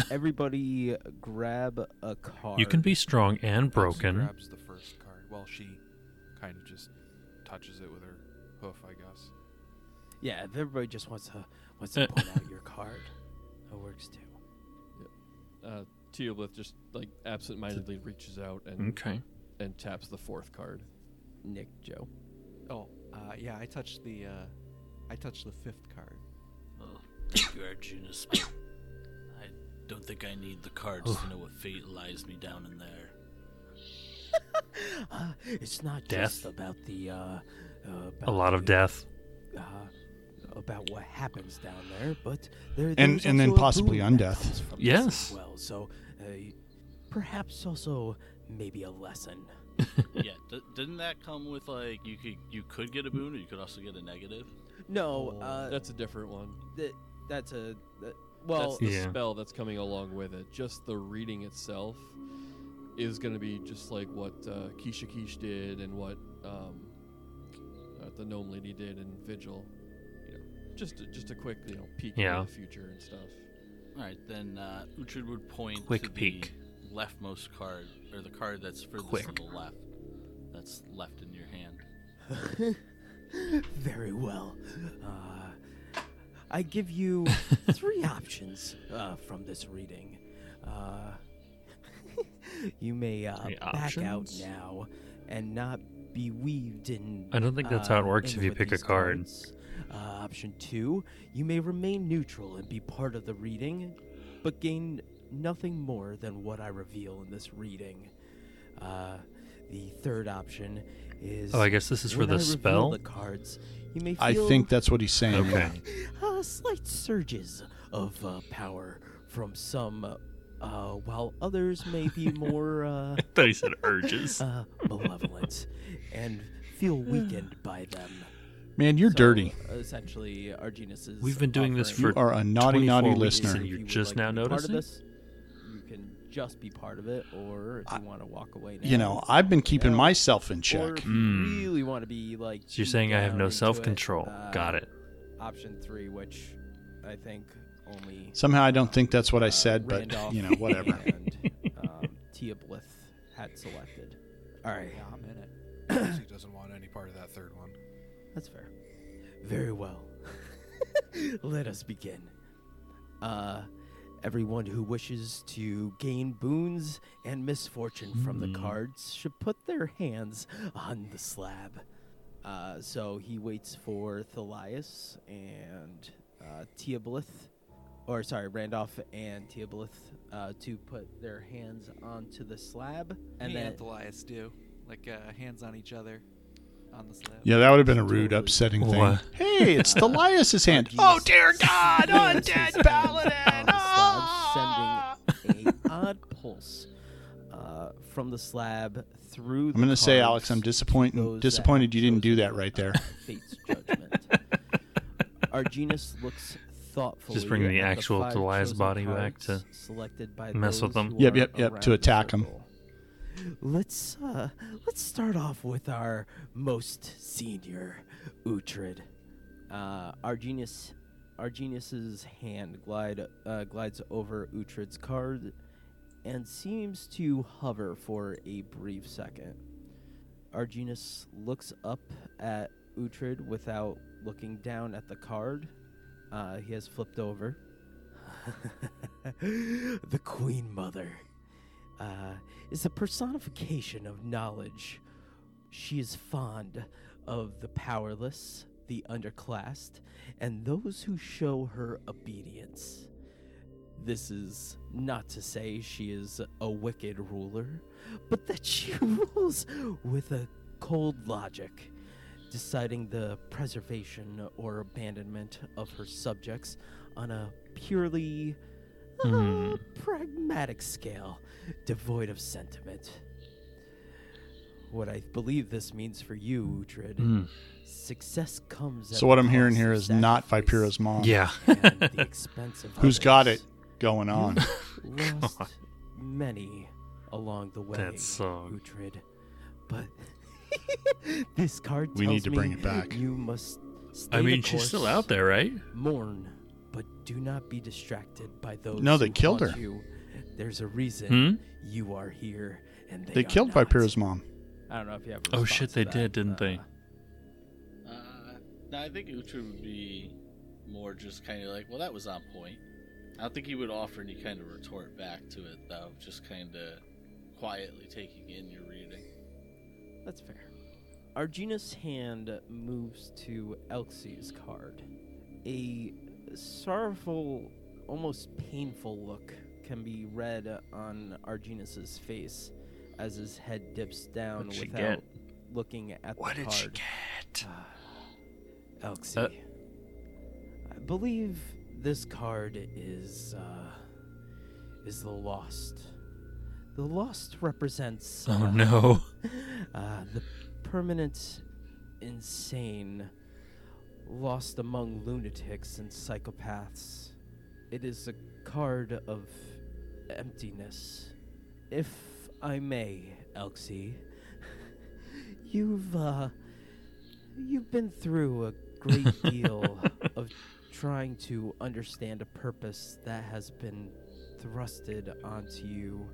S6: everybody grab a card.
S1: you can be strong and
S3: Elsie
S1: broken.
S3: grabs the first card. Well, she kind of just touches it with her hoof, I guess.
S6: Yeah, if everybody just wants to wants to
S1: Uh.
S6: point out your card, that works too.
S4: Uh, Teoblith just like absentmindedly reaches out and
S1: Okay.
S4: and taps the fourth card.
S6: Nick, Joe.
S5: oh, uh, yeah. I touched the. Uh, I touched the fifth card.
S9: Thank you, Arginus. but I don't think I need the cards to know what fate lies me down in there.
S7: Uh, it's not just
S1: Death.
S7: about the uh, uh,
S1: A
S7: about
S1: lot of
S7: the-
S1: death.
S7: uh, about what happens down there, but there
S2: And-
S7: there's
S2: and then
S7: also a
S2: possibly
S7: boon that
S2: undeath.
S7: comes from this
S1: Yes.
S7: as well, so uh, perhaps also maybe a lesson.
S9: yeah, d- didn't that come with like you could you could get a boon or you could also get a negative?
S6: No, uh,
S4: Oh. That's a different one.
S6: th- that's a th- well.
S4: that's the
S1: Yeah.
S4: spell that's coming along with it. Just the reading itself is going to be just like what uh, Keisha Keish did and what um, uh, the gnome lady did in Vigil. You know, just a, just a quick you know peek
S1: Yeah.
S4: into the future and stuff.
S9: All right, then uh, Uhtred would point
S1: Quick
S9: to
S1: peek.
S9: the leftmost card or the card that's furthest
S1: Quick.
S9: to the left. That's left in your hand.
S7: Very well. Uh, I give you three options uh, from this reading. Uh, you may uh,
S1: Three
S7: back out
S1: options?
S7: now and not be weaved in.
S1: I don't think that's how it works
S7: in
S1: if you
S7: with
S1: pick a
S7: these
S1: card.
S7: cards. Uh, option two, you may remain neutral and be part of the reading, but gain nothing more than what I reveal in this reading. Uh, the third option is
S1: Oh, I guess this is for
S7: when I
S1: the
S7: reveal
S1: spell.
S7: The cards, you may
S2: I
S7: feel
S2: think that's what he's saying.
S1: Okay.
S7: uh, slight surges of uh, power from some, uh, while others may be more uh,
S1: I thought he said urges.
S7: uh, malevolent and feel weakened by them.
S2: Man, you're
S6: so, uh,
S2: dirty.
S6: Essentially, Arginus is.
S1: We've been doing this
S6: offering-
S1: for
S2: You are a naughty, naughty
S1: 24 weeks
S2: listener.
S1: and you're
S6: if you would
S1: just
S6: like
S1: now
S6: to be part of
S1: noticing?
S6: this, You can just be part of it, or if you want to walk away. Now,
S2: You know, I've been keeping
S6: Yeah.
S2: myself in
S6: Or
S2: check.
S6: if you
S1: Mm.
S6: really want to be like.
S1: So you're
S6: deep
S1: saying I have
S6: down uh,
S1: no
S6: into it,
S1: self control.
S6: uh,
S1: Got it.
S6: Option three, which
S7: I think only
S2: Somehow I don't think that's what I
S7: uh,
S2: said,
S7: Randolph
S2: but you know, whatever.
S7: And um, Teoblith had selected. All right,
S5: Yeah, I'm in it.
S10: he doesn't want any part of that third one.
S7: that's fair. Very well. Let us begin. Uh, everyone who wishes to gain boons and misfortune from the cards should put their hands on the slab. Uh, so he waits for Thelias and uh, Teoblith, or sorry, Randolph and Teoblith uh, to put their hands onto the slab, and
S5: Me
S7: then
S5: and Thelias do like uh, hands on each other on the slab.
S2: Yeah, that would have been a rude, upsetting thing.
S1: What?
S2: Hey, it's Thelias's hand.
S7: Oh dear God, undead paladin! Ah! sending a odd pulse uh, from the slab through.
S2: I'm gonna say, Alex, I'm disappointed.
S7: Those
S2: Disappointed you didn't
S7: that-
S2: do that right there.
S7: Fate's judgment. Arginus looks thoughtfully.
S1: Just bringing the
S7: at
S1: actual
S7: five
S1: Deliah's
S7: chosen
S1: body back to
S7: cards selected by
S1: mess with
S7: those
S1: them.
S7: who
S2: Yep,
S7: are
S2: yep, yep, to
S7: around the
S2: attack 'em.
S7: circle. Let's uh, let's start off with our most senior Utrid. Uh, Argenius, Argenius's hand glide uh, glides over Utrid's card and seems to hover for a brief second. Arginus looks up at Utrid without looking down at the card. Uh, he has flipped over. the Queen Mother uh, is a personification of knowledge. She is fond of the powerless, the underclassed, and those who show her obedience. This is not to say she is a wicked ruler, but that she rules with a cold logic, deciding the preservation or abandonment of her subjects on a purely uh,
S1: Hmm.
S7: pragmatic scale, devoid of sentiment. What I believe this means for you, Utrid,
S1: Mm.
S7: success comes. at
S2: So what
S7: the
S2: I'm hearing
S7: cost
S2: here
S7: of
S2: is not
S7: sacrifice
S2: Vipero's mom.
S1: Yeah.
S7: and the expense of
S2: Who's got
S7: others.
S2: it going on?
S7: You've lost many along the way.
S1: That song.
S7: Uhtred. But this card
S2: We need
S7: tells
S2: to bring
S7: me
S2: it back.
S7: You must. Stay
S1: I
S7: the
S1: mean, she's still
S7: course,
S1: out there, right?
S7: Mourn, but do not be distracted by those.
S2: No, they
S7: who
S2: killed
S7: haunt
S2: her.
S7: You. There's a reason
S1: Hmm?
S7: you are here, and they,
S2: They
S7: are
S2: killed
S7: not.
S2: Vipero's mom.
S7: I don't know if you have. a
S1: Oh,
S7: response
S1: shit,
S7: to
S1: they
S7: that,
S1: did, didn't they?
S7: uh,
S9: Uh, no, I think Uhtred would be more just kind of like, well, that was on point. I don't think he would offer any kind of retort back to it, though. Just kind of quietly taking in your reading.
S7: That's fair. Argina's hand moves to Elxie's card. A sorrowful, almost painful look can be read on Arginus's face as his head dips down
S1: What'd she
S7: without looking at
S1: What
S7: the
S1: did
S7: card. Uh,
S1: she get?
S7: Elxie.
S1: Uh,
S7: I believe this card is uh, is the lost. The lost represents
S1: Oh
S7: uh,
S1: no.
S7: uh, the permanent insane lost among lunatics and psychopaths. It is a card of emptiness. If I may, Elxie, you've uh, you've been through a great deal of trying to understand a purpose that has been thrusted onto you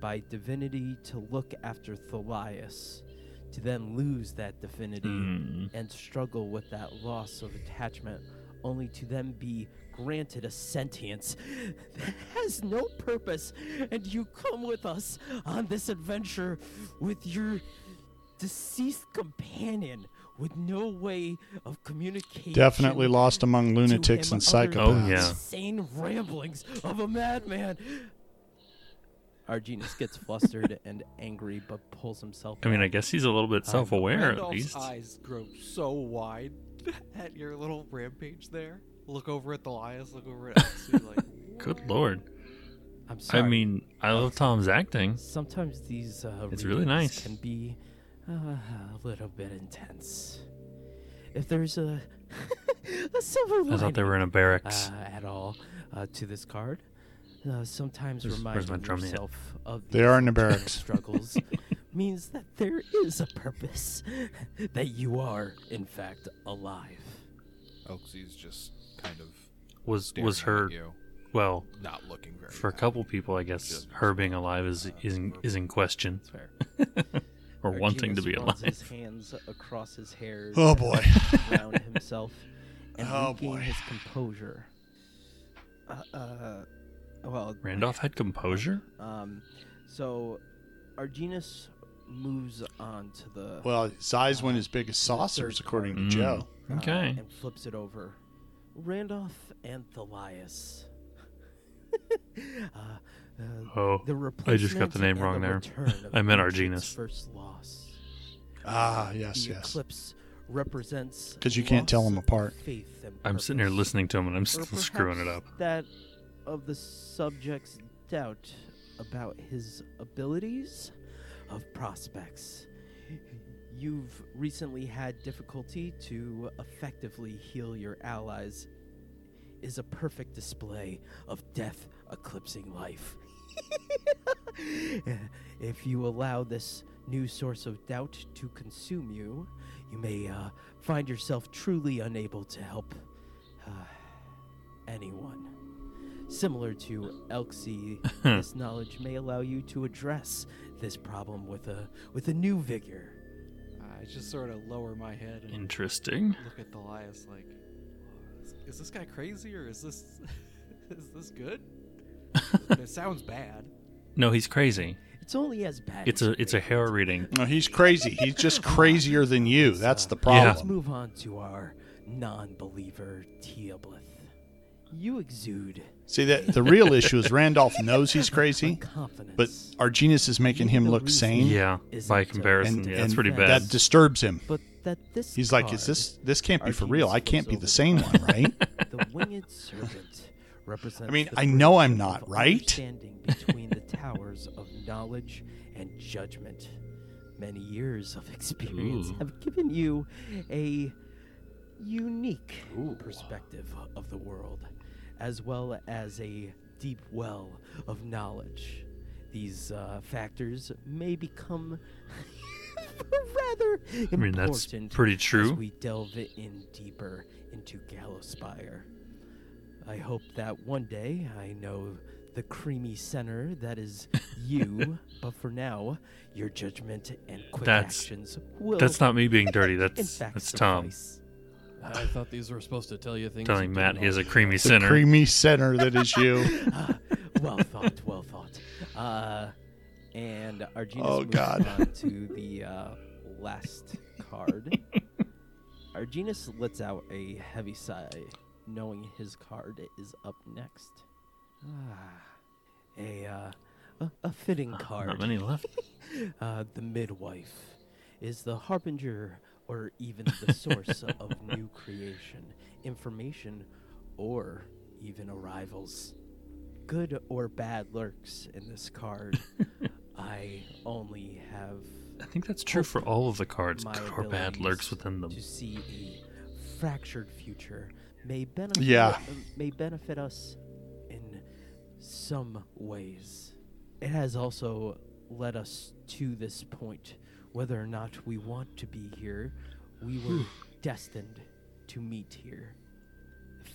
S7: by divinity to look after Thelias, to then lose that divinity
S1: Hmm.
S7: and struggle with that loss of attachment, only to then be granted a sentience that has no purpose. And you come with us on this adventure with your deceased companion with no way of communication.
S2: Definitely lost among
S7: to
S2: lunatics
S7: him
S2: and
S7: other than
S2: psychopaths.
S1: Oh, yeah.
S7: Insane ramblings of a madman. Arginus gets flustered and angry, but pulls himself.
S1: I mean, I
S7: back.
S1: guess he's a little
S7: uh,
S1: bit self-aware at
S5: Randolph's
S1: least.
S5: eyes grow so wide at your little rampage there. Look over at Thelias, look over at Elsie, like,
S1: Good lord.
S7: I'm sorry.
S1: I mean, I love Tom's acting.
S7: Sometimes these uh,
S1: It's really
S7: readings
S1: nice.
S7: can be uh, a little bit intense. If there's a a silver lining
S1: I thought they were in a barracks.
S7: uh, at all uh, to this card, uh, sometimes
S1: Where's- where's
S7: reminding
S1: my drum yet?
S7: yourself of
S2: They
S7: these
S2: are in the
S7: internal
S2: barracks.
S7: struggles means that there is a purpose, that you are in fact alive.
S3: Elxie's just kind of
S1: was
S3: staring
S1: was
S3: at
S1: her
S3: you,
S1: well
S3: not looking very
S1: for a couple people I guess
S3: Just-
S1: her being alive is is in, is in question
S7: That's fair.
S1: or wanting to
S7: Arginus
S1: be
S7: runs His
S1: alive.
S7: hands across his hair.
S2: Oh, boy.
S7: around himself, and
S2: Oh,
S7: regain
S2: boy.
S7: his composure. Uh, uh, well,
S1: Randolph had composure.
S7: Um, so Arginus moves on to the
S2: Well, his eyes went as big as saucers, according to Joe.
S7: uh,
S1: Okay.
S7: and flips it over. Randolph and Thelias. uh, uh,
S1: Oh,
S7: the
S1: I just got the
S7: replacement
S1: name
S7: and
S1: wrong
S7: the
S1: there.
S7: return of
S1: I meant
S7: each its
S1: Arginus.
S7: First loss.
S2: Ah, yes,
S7: the
S2: yes.
S7: eclipse represents
S2: 'Cause you can't tell
S7: loss
S2: 'em
S7: of
S2: apart.
S7: faith and
S1: I'm sitting here
S7: purpose,
S1: listening to him and I'm
S7: or
S1: still screwing it up.
S7: perhaps That of the subject's doubt about his abilities, of prospects. You've recently had difficulty to effectively heal your allies. Is a perfect display of death eclipsing life. if you allow this new source of doubt to consume you, you may uh, find yourself truly unable to help uh, anyone. Similar to Elxie, this knowledge may allow you to address this problem with a with a new vigor.
S5: "Ah," I just sort of lower my head and
S1: Interesting.
S5: look at Elias like, "Oh, "Is- is this guy crazy or is this is this good? it sounds bad.
S1: No, he's crazy.
S7: It's only as bad.
S1: It's
S7: as
S1: a it's a
S7: great.
S1: hair reading.
S2: No, he's crazy. He's just crazier than you. That's the
S7: Let's
S2: problem.
S7: move on to our non-believer Teoblith. You exude
S2: See that the real issue is Randolph knows he's
S7: a
S2: crazy,
S7: confidence,
S2: but Arginus is making him look sane.
S1: Yeah,
S7: Isn't,
S1: by
S7: uh,
S1: comparison,
S2: And-
S1: yeah, that's
S2: and
S1: pretty bad.
S2: That disturbs him.
S7: but that this
S2: He's like, is
S7: card,
S2: this this can't be for
S7: Arginus
S2: real? I
S7: flips
S2: can't be
S7: over
S2: the sane one, right?
S7: the winged serpent represents.
S2: I mean,
S7: the
S2: I know I'm
S7: bridge
S2: not,
S7: of
S2: right?
S7: Understanding between the towers of knowledge and judgment. Many years of experience
S1: Ooh.
S7: have given you a unique perspective of the world, as well as a deep well of knowledge. These uh, factors may become rather important.
S1: I mean, that's pretty
S7: As
S1: true.
S7: we delve in deeper into Gallowspire. I hope that one day I know the creamy center that is you, but for now, your judgment and quick
S1: That's-
S7: actions will.
S1: That's not me being dirty.
S7: in
S1: That's
S7: fact
S1: that's Tom
S7: suffice.
S4: I thought these were supposed to tell you things.
S1: telling
S4: that
S1: Matt
S4: didn't
S1: he has a
S4: already.
S1: creamy
S2: The
S1: center.
S2: creamy center that is you.
S7: Ah, well thought, well thought. Uh, and Arginus
S2: Oh,
S7: moves
S2: God.
S7: on to the uh, last card. Arginus lets out a heavy sigh, knowing his card is up next. Ah, a, uh, a, a fitting card.
S1: Not many left.
S7: Uh, the midwife is the harbinger or even the source of new creation, information, or even arrivals. Good or bad lurks in this card. I only have
S1: I think that's true for all of the cards.
S7: my
S1: Good or bad
S7: abilities
S1: lurks within them.
S7: to see a fractured future may benefit uh,
S2: Yeah.
S7: may benefit us in some ways. It has also led us to this point. Whether or not we want to be here, we were destined to meet here.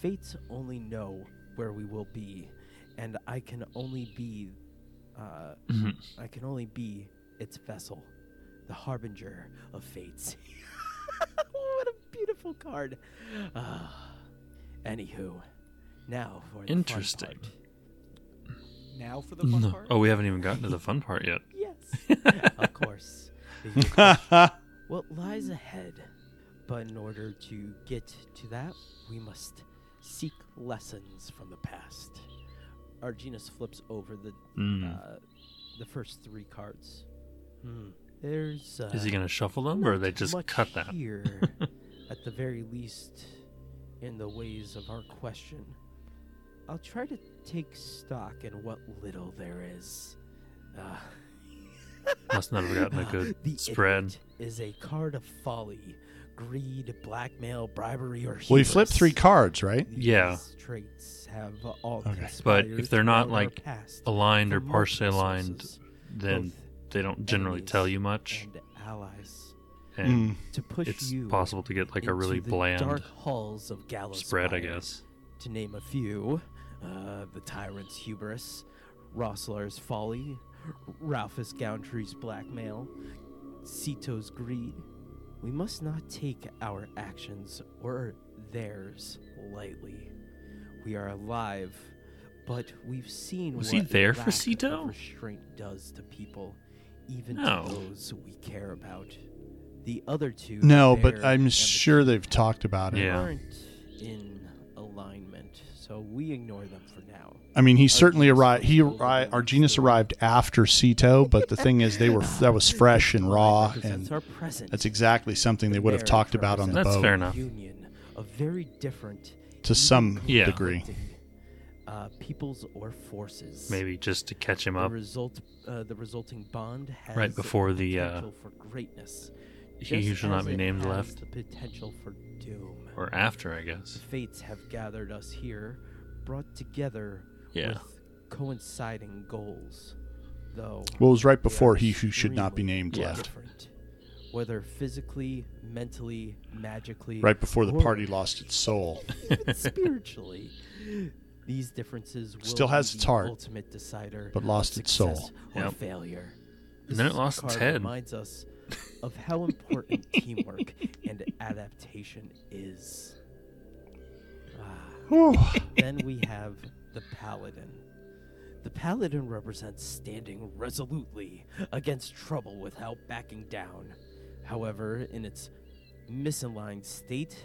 S7: Fates only know where we will be, and I can only be uh,
S1: Mhm.
S7: I can only be its vessel, the harbinger of fates. what a beautiful card. Uh, anywho, now for the fun
S1: Interesting.
S7: part.
S5: Now for the fun
S1: No.
S5: part.
S1: Oh, we haven't even gotten to the fun part yet.
S7: Yes, of course. The- what lies ahead? But in order to get to that, we must seek lessons from the past. Arginus flips over the
S1: Mm.
S7: uh, the first three cards. Hmm. There's uh,
S1: Is he going to shuffle them, or
S7: not
S1: they just
S7: much
S1: cut that?
S7: here, at the very least, in the ways of our question. I'll try to take stock in what little there is. Uh,
S1: Must not have gotten a good
S7: the
S1: spread.
S7: Idiot is a card of folly, greed, blackmail, bribery, or
S2: well, he flipped
S7: hubris.
S2: three cards, right?
S7: These
S1: Yeah.
S7: traits have all
S2: Okay. But
S1: But
S7: conspired
S1: if they're not
S7: throughout our
S1: like
S7: past
S1: aligned or
S7: from
S1: partially
S7: multiple
S1: aligned,
S7: sources,
S1: then
S7: both
S1: they don't generally tell
S7: enemies
S1: you much,
S7: and allies
S1: and
S2: Mm.
S7: to push
S1: it's
S7: you
S1: possible to get like a
S7: into
S1: really
S7: the
S1: bland
S7: dark halls of Gallows
S1: spread, I guess.
S7: to name a few uh, the tyrant's hubris, Rosslar's folly, Ralphus Gountry's blackmail, Seto's greed. We must not take our actions or theirs lightly. We are alive, but we've seen
S1: Was
S7: what
S1: he there for
S7: lack of
S1: Ceto?
S7: restraint does to people, even
S1: No.
S7: to those we care about. The other two.
S2: No,
S7: the
S2: but
S7: bear
S2: I'm
S7: and the
S2: sure they've talked about it.
S1: Yeah.
S7: aren't in alignment, so we ignore them for now.
S2: I mean, he certainly
S7: Arginus
S2: arrived. He
S7: was the one
S2: arri-
S7: who
S2: Arginus
S7: said-
S2: arrived after Ceto, but the thing is, they were that was fresh and raw,
S7: Represents
S2: and
S7: our present.
S2: that's exactly something they would have
S7: Bear
S2: talked about on the
S1: That's
S2: boat
S1: fair enough.
S7: Union of very different,
S2: to some
S1: Yeah.
S2: degree.
S7: uh, peoples or forces.
S1: Maybe just to catch him
S7: the
S1: up.
S7: result, uh, the potential for greatness, just as it has
S1: Right before the, uh, He shall not be named left,
S7: The potential for doom.
S1: or after, I
S7: The
S1: guess.
S7: fates have gathered us here, brought together
S1: Yeah.
S7: with coinciding goals. Though
S2: Well, it was right
S7: they are
S2: before he who should not be
S7: extremely
S2: named
S1: Yeah.
S2: left.
S7: different, whether physically, mentally, magically,
S2: Right before the
S7: or
S2: party lost its soul.
S7: even spiritually. These differences will
S2: Still has
S7: be
S2: its
S7: the
S2: heart,
S7: ultimate decider,
S2: but
S7: of
S2: lost its soul.
S7: success Or
S1: Yep.
S7: failure.
S1: And then it
S7: This
S1: lost its
S7: card
S1: head.
S7: Reminds us of how important teamwork and adaptation is. Ah,
S2: Whew.
S7: then we have the paladin. The paladin represents standing resolutely against trouble without backing down. However, in its misaligned state,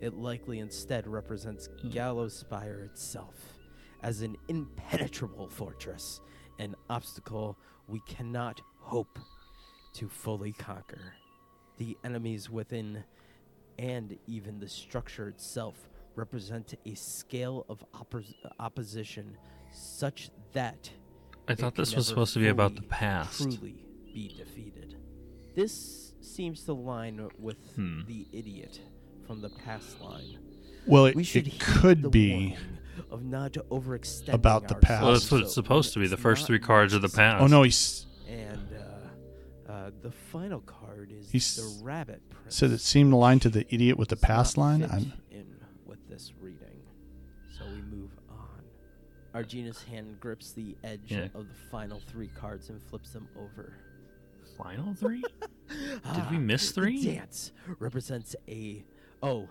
S7: it likely instead represents Gallowspire itself as an impenetrable fortress, an obstacle we cannot hope to fully conquer. The enemies within and even the structure itself represent a scale of oppos- opposition such that
S1: I
S7: it
S1: thought
S7: can
S1: this was
S7: never
S1: supposed to be about the
S7: fully,
S1: past.
S7: Truly be defeated. This seems to line with
S1: Hmm.
S7: the idiot from the past line.
S2: Well, it,
S7: we should
S2: it
S7: heed the
S2: could be.
S7: warning of not overextending
S2: about the past.
S1: Well, that's what it's
S7: ourselves,
S1: supposed to
S7: and
S1: be. The
S7: it's
S1: first
S7: not
S1: three cards are the
S7: necessary.
S1: past.
S2: Oh no, he s-
S7: And uh, uh, the final card is
S2: He s-
S7: the rabbit prince.
S2: said it seemed aligned to the idiot with the
S7: Does not
S2: past line.
S7: fit
S2: I'm,
S7: in with this reading, so we move on. Argina's hand grips the edge
S1: Yeah.
S7: of the final three cards and flips them over.
S1: Final three?
S7: Ah,
S1: we miss
S7: the
S1: three?
S7: Dance represents a. Oh,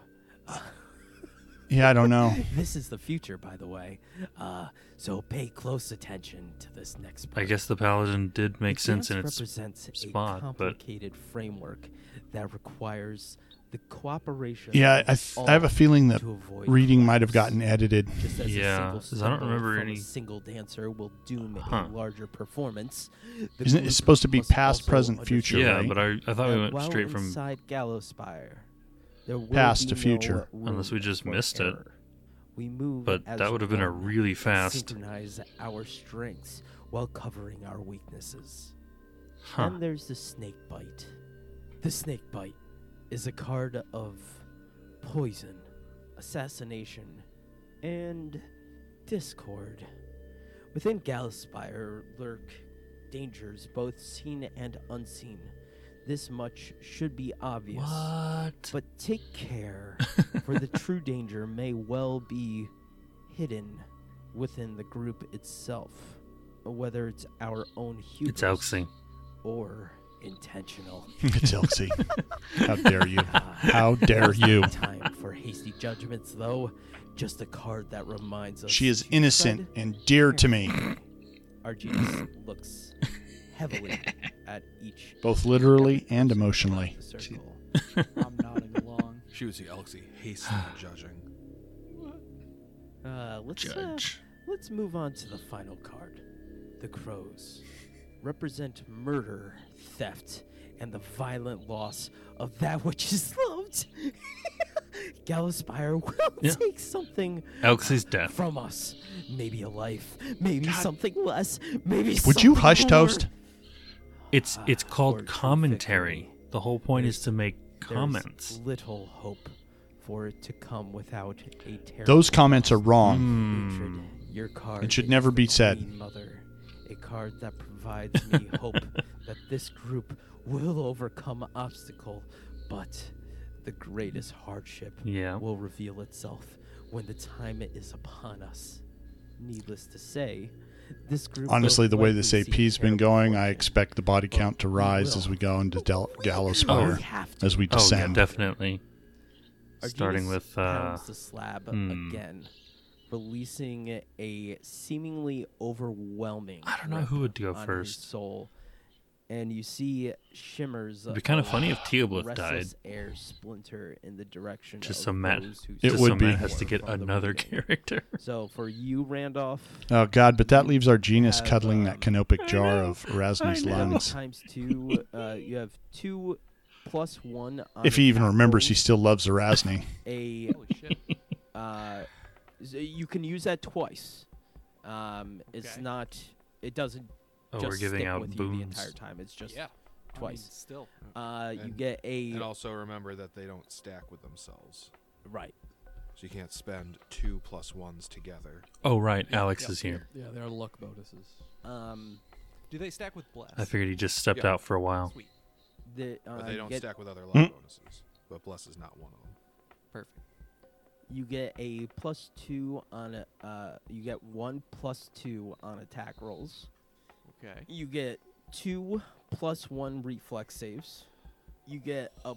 S2: yeah, I don't know.
S7: this is the future, by the way. Uh, so pay close attention to this next.
S1: I
S7: part.
S1: guess the paladin did make
S7: The
S1: sense in its
S7: dance represents
S1: spot,
S7: a
S1: but-
S7: complicated framework that requires the cooperation.
S2: Yeah,
S7: of
S2: I, th-
S7: all
S2: I have a feeling that
S7: to avoid
S2: reading might have
S7: collapse.
S2: gotten edited.
S7: just as
S1: Yeah,
S7: a
S1: 'cause
S7: single
S1: I don't
S7: stumble
S1: remember
S7: from a
S1: any-
S7: single dancer will doom
S1: Huh.
S7: a larger performance. The
S2: Isn't it
S7: group
S2: supposed to be
S7: must
S2: past,
S7: also
S2: present,
S7: understand
S2: future,
S1: yeah,
S2: right?
S1: but I, I thought
S7: that
S1: Oh, we went
S7: while
S1: straight from
S7: inside Gallowspire. There will
S2: Past
S7: be
S2: to
S7: no
S2: future.
S7: room
S1: Unless we just
S7: for
S1: missed it.
S7: error. We move,
S1: but
S7: as
S1: that would have been a
S7: one
S1: really
S7: to
S1: fast
S7: Synchronize our strengths while covering our weaknesses.
S1: huh.
S7: Then there's the snake bite. The snake bite is a card of poison, assassination, and discord. Within Galaspire lurk dangers both seen and unseen. This much should be obvious.
S1: What?
S7: But take care, for the true danger may well be hidden within the group itself, whether it's our own
S1: it's
S7: hubris
S1: Elksing.
S7: or intentional.
S2: it's Elsie. How dare you? How dare you?
S7: Time for hasty judgments, though. Just a card that reminds us.
S2: She is
S7: to
S2: innocent
S7: tread
S2: and dear to me,
S7: carefully. Arginus looks heavily at each.
S2: both literally and
S7: person
S2: emotionally.
S7: across the circle.
S5: I'm nodding along.
S10: She was the Elxie hastily judging.
S7: Uh, let's uh, let's move on to the final card. The crows represent murder, theft, and the violent loss of that which is loved. Galaspire will
S1: Yeah.
S7: take something
S1: Elksie's death.
S7: from us. Maybe a life, maybe something less, maybe
S2: Would you
S7: something
S2: hush
S7: more.
S2: toast?
S1: It's it's
S7: Ah,
S1: called
S7: fortune
S1: commentary. The whole point is
S7: There's-
S1: to make
S7: There's
S1: comments.
S7: little hope for it to come without a terrible
S2: Those comments are
S7: loss.
S2: wrong.
S1: Hmm.
S7: Hatred, your card
S2: should
S7: is
S2: never
S7: the
S2: be said.
S7: Queen Mother, a card that provides me hope that this group will overcome obstacle, but the greatest hardship
S1: Yeah.
S7: will reveal itself when the time is upon us. Needless to say, this group. will
S2: Honestly, the way this
S7: likely see
S2: AP's been
S7: terrible
S2: going, I
S7: fortune.
S2: expect the body count to rise as we go into Del- Gallows Spire,
S7: We have to.
S2: as we
S1: Oh yeah,
S2: descend.
S1: definitely.
S7: Arginus
S1: Starting with uh,
S7: pounds the slab
S1: hmm.
S7: again, releasing a seemingly overwhelming.
S1: I don't know who would go
S7: grip on his
S1: first.
S7: Soul, and you see shimmers.
S1: It'd be kind of
S7: of
S1: funny if Teoblith died.
S7: restless air splinter in the direction.
S1: Just
S7: of
S1: so Matt-
S7: those who
S2: It
S1: just
S2: would
S1: so
S2: be.
S1: Matt has to get
S7: from the
S1: another
S7: reading.
S1: character.
S7: So for you, Randolph,
S2: Oh God! But that leaves our genius
S7: Have,
S2: cuddling that
S7: um,
S2: canopic
S1: I
S2: jar
S1: know,
S2: of Erasmus
S1: I know.
S2: lungs.
S7: times two, uh, you have two plus one. On
S2: If
S7: the
S2: he even
S7: attack
S2: remembers, he
S7: rolls,
S2: still loves Erasmus.
S7: a
S5: Holy shit.
S7: uh, s- you can use that twice. Um, It's
S5: Okay.
S7: not. It doesn't.
S1: Oh,
S7: just
S1: we're giving
S7: stick
S1: out
S7: with you the
S1: boons.
S7: entire time. It's just.
S5: yeah. I mean,
S7: twice.
S5: still.
S7: Uh, you
S3: And-
S7: get a
S3: And also remember that they don't stack with themselves.
S7: right.
S3: So you can't spend two plus ones together.
S1: Oh right, Alex
S5: yeah.
S1: is here.
S4: Yeah, there are luck bonuses.
S7: Um,
S5: Do they stack with bless?
S1: I figured he just stepped
S3: Yeah.
S1: out for a while.
S5: Sweet.
S7: the uh,
S3: But they
S7: you
S3: don't
S7: get,
S3: stack with other luck
S2: Mm.
S3: bonuses. But Bless is not one of them.
S5: Perfect.
S7: you get a plus two on a. Uh, you get one plus two on attack rolls.
S5: Okay.
S7: You get two plus one reflex saves. You get a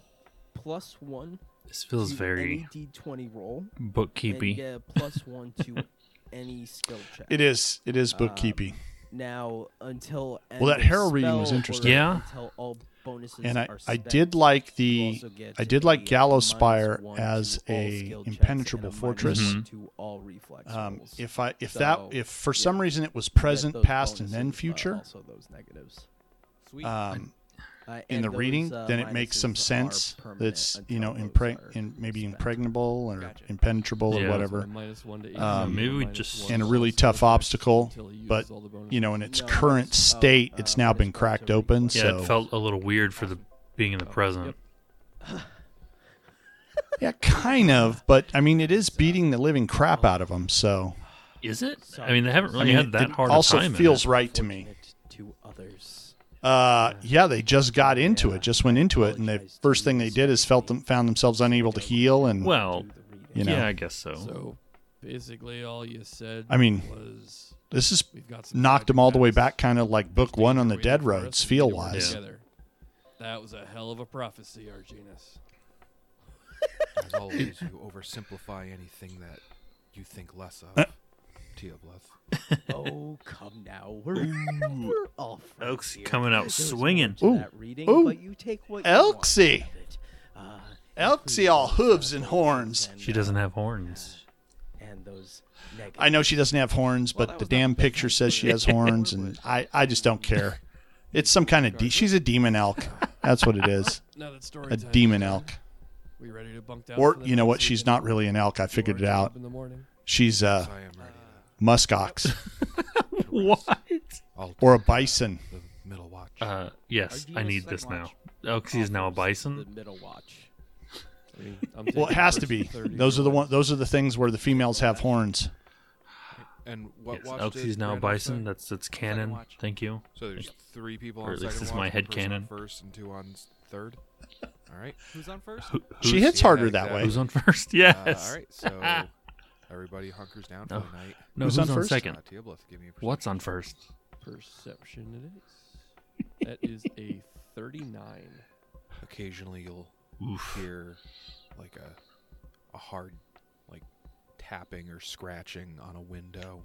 S7: plus one.
S1: This feels
S7: to
S1: very
S7: any d20 roll. And you
S1: bookkeepy.
S7: get a plus one to any skill check.
S2: It is. It is
S7: Um,
S2: bookkeeping.
S7: now until. end
S2: Well, that
S7: of
S2: hero reading was
S7: spell or
S2: interesting.
S1: Yeah.
S7: Until all bonuses
S2: and I,
S7: are
S2: I
S7: spent,
S2: did like
S7: you
S2: the
S7: also get
S2: I did
S7: a
S2: like Gallows
S7: minus
S2: Spire
S7: one
S2: as
S7: to all
S2: a
S7: skill checks and
S2: impenetrable
S7: a minus
S2: fortress.
S7: one To all reflex
S2: um,
S7: rolls.
S2: if I if
S7: So,
S2: that if for
S7: yeah.
S2: some reason it was
S7: You get
S2: present,
S7: those
S2: past, and then
S7: bonuses, but
S2: future
S7: Also those negatives.
S5: Sweet.
S2: um,
S7: Uh,
S2: in
S7: and
S2: the
S7: those,
S2: reading,
S7: uh,
S2: then it makes some
S7: minuses are
S2: sense.
S7: permanent
S2: That's you know
S7: until those are
S2: impreg- in, maybe
S7: spent.
S2: impregnable or
S5: Gotcha.
S2: impenetrable
S1: Yeah.
S2: or
S1: So
S4: So a
S2: whatever,
S4: minus one to AC,
S2: Um,
S1: Maybe we
S4: minus
S1: just-
S4: one
S2: and a
S4: to
S2: really
S4: all
S2: tough
S4: skill checks
S2: obstacle,
S4: until he
S2: but,
S4: uses all the bonuses.
S2: you know, in its
S7: No,
S2: current
S7: it's- oh,
S2: state,
S7: uh,
S2: it's now been
S7: minus one
S2: cracked
S7: to
S2: open.
S7: reflex.
S1: Yeah,
S2: so
S1: it felt a little weird for the being in the
S4: Oh,
S1: present.
S4: yep.
S2: yeah, kind of. But I mean, it is beating the living crap
S7: oh.
S2: out of them. So
S1: Is it? I
S7: Sorry.
S1: mean, they haven't
S7: I
S1: really
S2: mean,
S1: had
S2: it-
S1: that
S2: it
S1: hard
S2: also
S1: a time. in
S2: feels
S1: it.
S2: right to me.
S7: Fortunate To others.
S2: Uh, yeah, they just got into
S7: Yeah,
S2: it, just went into it, and the
S7: apologize to
S2: first
S7: you
S2: thing they
S7: as
S2: did is felt them found themselves unable to heal, and
S1: Well,
S7: Do the reading.
S2: you know.
S1: yeah, I guess so.
S4: So basically, all you said.
S2: I mean,
S4: was
S2: this is
S4: we've got some
S2: knocked them all the way
S4: projects.
S2: back, kind of like book one on the
S4: Waiting
S2: dead
S4: for us
S2: roads,
S4: to get
S2: feel
S4: it
S2: wise.
S4: together. That was a hell of a prophecy, Arginus.
S3: As always, you oversimplify anything that you think less
S1: Uh.
S3: of. Teobleth.
S7: oh, come now. We're, we're all friends
S1: Oak's
S7: here.
S1: coming out
S7: There was more
S1: swinging.
S7: to
S2: Ooh,
S7: that reading,
S2: ooh,
S7: but you take what you want
S2: Elksy,
S7: out of it. Uh,
S2: Elksy,
S7: including
S2: all
S7: those,
S2: hooves
S7: uh,
S2: and
S7: bonuses
S2: horns.
S7: and,
S1: She
S7: uh,
S1: doesn't have horns.
S7: And those
S2: I know she doesn't have horns,
S5: Well,
S2: but
S5: that
S2: the
S5: was not
S2: damn
S5: the best
S2: picture
S5: one
S2: says
S5: for
S2: she
S5: you.
S2: has horns, and I, I just don't care. It's some kind of de- she's a demon elk. That's what it is,
S4: Now that story
S2: a
S4: time
S2: demon
S4: is done,
S2: elk.
S4: We ready to bunk down?
S2: Or
S4: for the
S2: you know
S4: night
S2: what?
S4: so
S2: She's
S4: can
S2: not really an elk. I figured it
S4: forage
S2: out.
S4: up In the morning.
S2: She's a
S3: I am ready to
S2: musk ox
S1: What?
S3: alter
S2: or a bison.
S3: the middle watch.
S1: Uh, yes, I
S7: Arduino's
S1: need
S7: second
S1: this now.
S7: watch
S1: Oaksy is now a
S7: The
S1: bison.
S7: middle watch.
S4: I mean, I'm
S2: Well, it
S4: taking
S2: has
S4: the
S2: to be.
S4: first 30
S2: Those are the
S4: minutes.
S2: one. Those are the things where the females have horns.
S3: And what
S1: Yes,
S3: watch
S1: Oaksy's
S3: did
S1: now a
S3: Randolph
S1: bison.
S3: say?
S1: That's that's canon.
S5: watch.
S1: Thank you.
S3: So there's three people
S1: Or
S3: on
S1: at least
S3: second
S1: it's
S3: watch,
S1: my
S3: one
S1: head
S3: person on
S1: canon.
S3: first and two on s- third. All right. Uh,
S5: Who's on first?
S1: Who, who's,
S2: She hits harder
S3: yeah,
S2: that way.
S1: who's on first?
S3: Uh,
S1: Yes.
S3: all right. So everybody hunkers down for
S1: No.
S3: the night.
S1: No,
S2: Who's
S1: who's,
S2: on
S1: on,
S2: first?
S1: second?
S3: Uh, Teoblith, give me a
S1: What's
S3: perception.
S1: on first?
S4: Perception it is. That is a 39.
S3: Occasionally you'll
S1: Oof.
S3: hear like a a hard like tapping or scratching on a window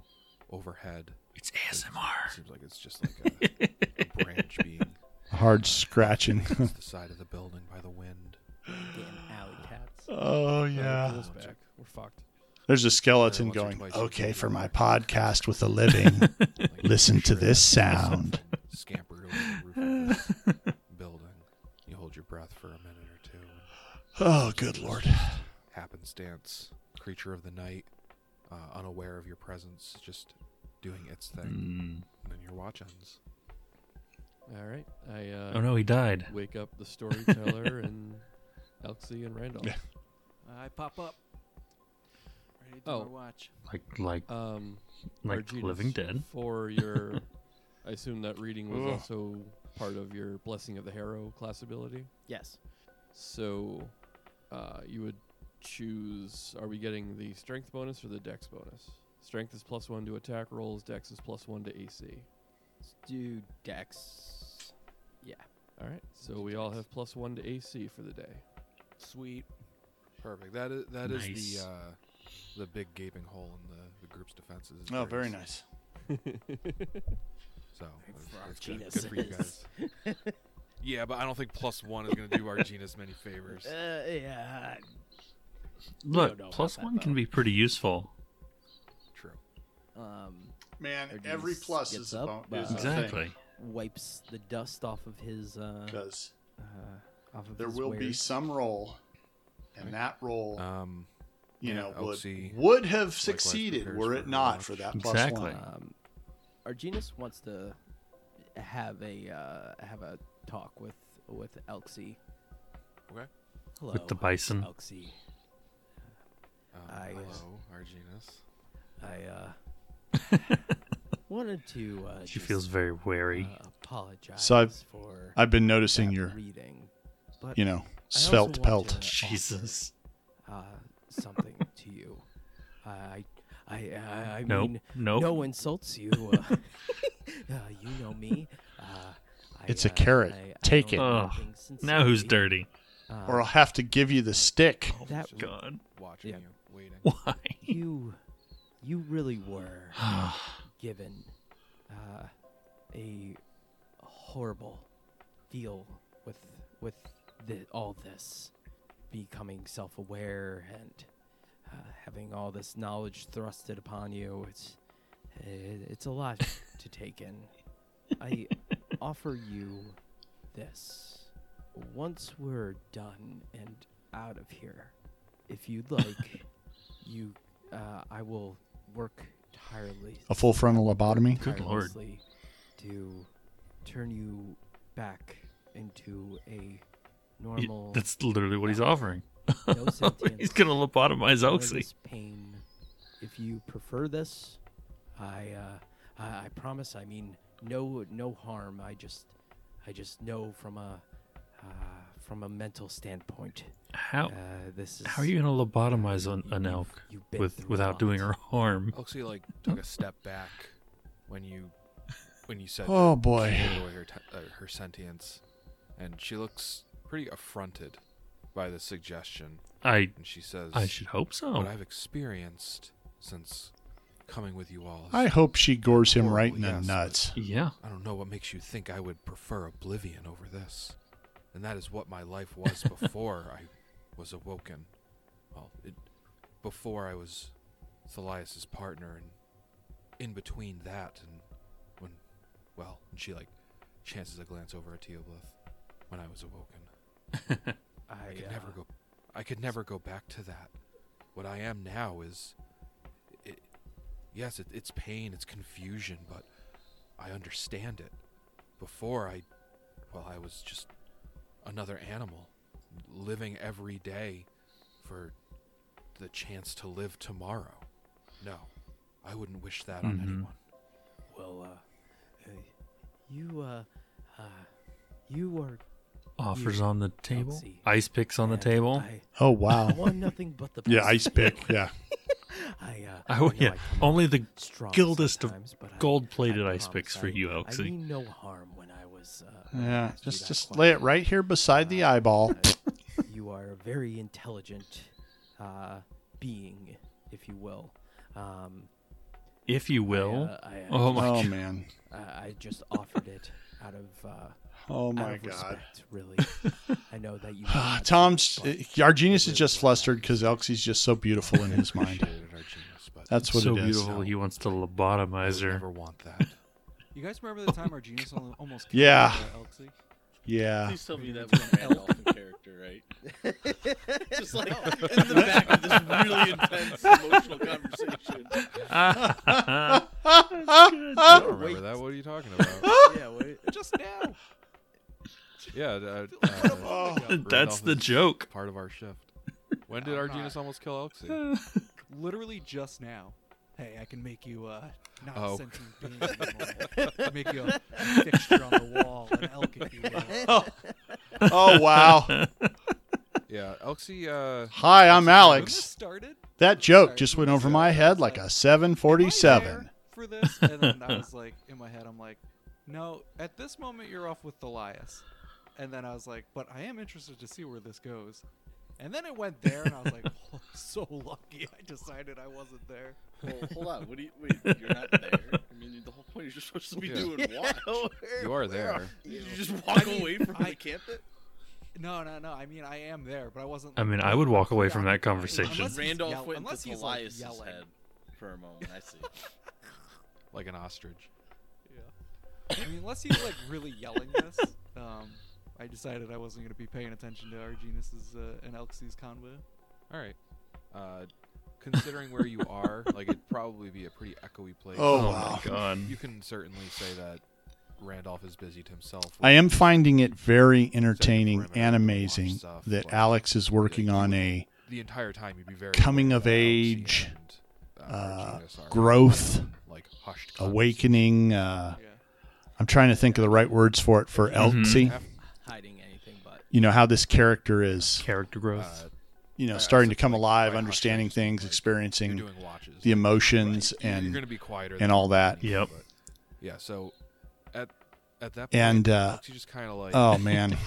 S3: overhead.
S1: It's
S3: It
S1: ASMR.
S3: seems like it's just like a, a branch being
S2: Hard scratching.
S3: against the side of the building by the wind.
S7: Damn alley cats.
S2: oh
S4: Pull us back. We're fucked.
S2: There's a skeleton
S3: Once or
S2: going.
S3: twice a
S2: Okay,
S3: day.
S2: for my podcast with a living,
S3: Like,
S2: listen to
S3: sure
S2: this
S3: that
S2: sound.
S3: Scampered over the roof of this building. You hold your breath for a minute or two. and
S2: Oh, good lord.
S3: happenstance creature of the night, uh, unaware of your presence, just doing its thing,
S1: Mm.
S3: and then your watch ends.
S4: All right. I uh,
S1: Oh no, he died.
S4: wake up the storyteller and Elxie and Randolph.
S5: I pop up. Ready to do
S4: Oh.
S5: my watch.
S1: Like like
S4: Um,
S1: like
S4: Arginus,
S1: living dead.
S4: For your, I assume that reading was
S2: Ugh.
S4: also part of your Blessing of the Harrow class ability.
S7: Yes.
S4: So, uh, you would choose are we getting the strength bonus or the dex bonus? Strength is plus one to attack rolls, dex is plus one to AC.
S7: Let's do Dex. Yeah.
S4: All right, so we all have plus one to AC for the day.
S5: Sweet.
S3: Perfect. That is that is
S1: Nice.
S3: the uh, the big gaping hole in the, the group's defenses. is
S2: Oh,
S3: where
S2: very
S3: it is.
S2: nice.
S3: So that's,
S7: for our
S3: that's good, good for you guys.
S7: geniuses.
S3: yeah, but I don't think plus one is going to do our genus many favors.
S7: Uh, yeah.
S1: Look,
S7: don't know about
S1: plus
S7: that,
S1: one can
S7: though.
S1: be pretty useful.
S3: True.
S7: Um,
S2: Man,
S7: Or do you
S2: every
S7: s-
S2: plus
S7: gets
S2: is a
S7: up?
S2: bon- is a thing.
S1: Exactly.
S7: wipes the dust off of his. Uh,
S2: Because
S7: uh, off of
S2: there
S7: his
S2: will be
S7: wares.
S2: some roll, and that roll,
S3: Um,
S2: you
S3: yeah,
S2: know,
S3: I'll
S2: would
S3: see
S2: would have
S3: likewise
S2: succeeded
S3: prepares
S2: were
S3: for
S2: it
S3: her
S2: not
S3: watch.
S2: for that plus
S1: Exactly.
S2: one.
S7: Um, Arginus wants to have a uh, have a talk with with Elxie.
S3: Okay.
S7: Hello,
S1: the bison.
S7: Elxie.
S3: um,
S7: I-
S3: hello, our genus.
S7: I uh, wanted to. Uh,
S1: She
S7: just,
S1: feels very
S7: uh,
S1: wary.
S7: apologize
S2: So I've-
S7: for
S2: I've been noticing
S7: that
S2: your,
S7: reading, but
S2: you know,
S7: I also
S2: svelte
S7: want
S2: pelt.
S7: to offer,
S1: Jesus.
S7: uh, something to you. I, I, I, I
S1: Nope.
S7: mean,
S1: Nope.
S7: no insults you. Uh, uh, you know me. Uh, I,
S2: It's a
S7: uh,
S2: carrot.
S7: I- I
S2: Take
S7: don't
S2: it.
S7: do
S1: Ugh.
S7: things
S1: Now who's
S7: sincerely.
S1: dirty?
S7: Uh,
S2: Or I'll have to give you the stick.
S7: that
S3: Just
S1: God.
S3: watching
S7: Yeah.
S3: you, waiting.
S1: Why?
S7: you, you really were given uh, a horrible deal with with the, all this, becoming self-aware and uh, having all this knowledge thrusted upon you. It's it, it's a lot to take in. I offer you this. Once we're done and out of here, if you'd like, you, uh, I will work tirelessly
S2: A full frontal lobotomy.
S1: Good lord.
S7: tirelessly to turn you back into a
S1: You-
S7: normal,
S1: that's literally what he's offering.
S7: no
S1: he's
S7: sentience,
S1: gonna lobotomize Elsie.
S7: odorless pain. If you prefer this, I, uh, I, I promise. I mean, no, no harm. I just, I just know from a, uh, from a mental standpoint.
S1: How
S7: Uh, this is
S1: how are you gonna lobotomize an, an
S7: You've-
S1: elk
S7: you've been through
S1: with
S7: a
S1: without
S7: lot.
S1: doing her harm?
S3: Elsie like took a step back when you when you said.
S2: Oh,
S3: that
S2: boy.
S3: She gave away her, t- uh, her sentience, and she looks pretty affronted by the suggestion,
S1: I
S3: and she says,
S1: I should hope
S2: oh.
S3: "What
S1: so.
S3: I've experienced since coming with you all." Is
S2: I hope she gores him right in the
S3: Horrible, yes.
S2: nuts.
S1: Yeah.
S3: I don't know what makes you think I would prefer oblivion over this. And that is what my life was before I was awoken. Well, it, before I was Thelias's partner, and in between that and when, well, and she like chances a glance over at Teoblith when I was awoken.
S7: I,
S3: I could
S7: uh,
S3: never go. I could never go back to that. What I am now is, it, yes, it, it's pain, it's confusion, but I understand it. Before I, well, I was just another animal, living every day for the chance to live tomorrow. No, I wouldn't wish that on
S1: Mhm.
S3: anyone.
S7: Well, uh, uh, you, uh, uh, you are
S1: Offers on the table.
S7: Elsie.
S1: Ice picks on the
S7: and
S1: table.
S7: I
S2: Oh
S7: want
S2: wow.
S7: nothing but the
S2: yeah,
S7: best.
S2: ice pick. Yeah.
S7: I, uh,
S1: I, oh
S7: know
S1: yeah,
S7: I come
S1: only
S7: off
S1: the
S7: strong
S1: gildest of
S7: sometimes, but I-
S1: gold-plated
S7: I
S1: ice picks
S7: promise
S1: for
S7: I-
S1: you, Elsie.
S7: I mean no harm when I was. Uh,
S2: Yeah.
S7: asked you
S2: Just
S7: that
S2: just lay it
S7: question.
S2: right here beside the eyeball.
S7: Uh, you are a very intelligent uh, being, if you will. Um,
S1: if you will.
S7: I, uh, I, uh,
S1: oh my
S2: Oh
S1: god.
S2: man.
S7: I, I just offered it out of. Uh,
S2: Oh
S7: out
S2: my
S7: of
S2: god.
S7: respect, really. I know that you. may
S2: Ah,
S7: not
S2: Tom's uh,
S7: be, but-
S2: our genius is just flustered because Elxie's just so beautiful in his mind.
S3: Appreciated our genius, but
S2: That's what
S1: so
S2: it is.
S1: beautiful. He wants to
S3: I
S1: lobotomize
S3: would
S1: her.
S3: never want that.
S5: You guys remember the time our genius al- almost killed
S2: Yeah.
S5: uh, Elxie?
S1: Ah.
S2: Yeah.
S9: Please tell me that was a Randolph character, right? Just like in the back of this really intense emotional conversation.
S3: I don't remember that. What are you talking about?
S11: yeah, wait.
S5: Just now.
S3: yeah, uh, uh,
S1: That's
S3: Randolph
S1: the
S3: is-
S1: joke.
S3: part of our shift. When did
S5: I'm
S3: our
S5: not.
S3: genus almost kill Elsie?
S5: Literally just now. Hey, I can make you uh, not
S3: Oh.
S5: a sentient being anymore. I'll make you a
S3: Oh.
S5: fixture on the wall, an elk if you will.
S2: Oh wow.
S3: Yeah, Elsie. Uh,
S2: Hi, I'm
S5: When this
S2: Alex.
S5: started,
S2: That joke
S5: Sorry,
S2: just
S5: who
S2: went
S5: was
S2: over
S5: that?
S2: my head like a
S5: "Am I
S2: 747.
S5: there for this, and then I was like, in my head, I'm like, no. At this moment, you're off with Elias, and then I was like, but I am interested to see where this goes. And then it went there, and I was like, oh, so lucky I decided I wasn't there.
S9: Well, hold on. What do you? Wait, you're not there. I mean, the whole point is you're supposed to be
S3: Yeah.
S9: doing what?
S3: you are there.
S9: You just walk
S5: I mean,
S9: away from
S5: I-
S9: the campus.
S5: No, no, no. I mean, I am there, but I wasn't.
S1: I
S5: like,
S1: mean, I would walk away from that
S5: Unless
S1: conversation.
S5: he's
S9: Randolph
S5: yell-
S9: went
S5: unless
S9: to
S5: he's, like,
S9: Elias's
S5: yelling.
S9: head for a moment. I see.
S3: like an ostrich.
S5: Yeah. I mean, unless he's like really yelling this, um, I decided I wasn't going to be paying attention to Arginus's uh, and Elxie's convo.
S3: All right. Uh, considering where you are, like it'd probably be a pretty echoey place.
S2: Oh,
S1: Oh
S2: wow.
S1: my god.
S3: You can certainly say that Randolph is busy to himself.
S2: I am finding it very
S3: Sorry,
S2: entertaining
S3: I'm
S2: and
S3: gonna
S2: amazing
S3: watch stuff,
S2: that
S3: but-
S2: Alex is working on a
S3: the entire time you'd be very
S2: Coming
S3: aware
S2: of
S3: that Elsie
S2: age,
S3: and,
S2: uh,
S3: Arginus are
S2: growth,
S3: having, uh, like hushed conversations.
S2: awakening.
S1: Ah.
S2: Uh,
S5: Yeah.
S2: I'm trying to think of the right words for it for
S1: Mhm.
S2: Elsie.
S7: hiding anything but
S2: You know how this character is,
S1: Character growth.
S3: Uh,
S2: you know,
S3: I- I
S2: starting to
S3: said,
S2: come
S3: like,
S2: alive,
S3: by
S2: understanding
S3: hushed
S2: things,
S3: like,
S2: experiencing
S3: you're doing watches,
S2: the
S3: like,
S2: emotions,
S3: right. you're
S2: and
S3: gonna be quieter
S2: and
S3: than
S2: all
S3: you
S2: that.
S3: need,
S1: Yep.
S3: but- yeah. So at at that point,
S2: And, uh,
S3: Alex, you just kind of like
S2: oh man,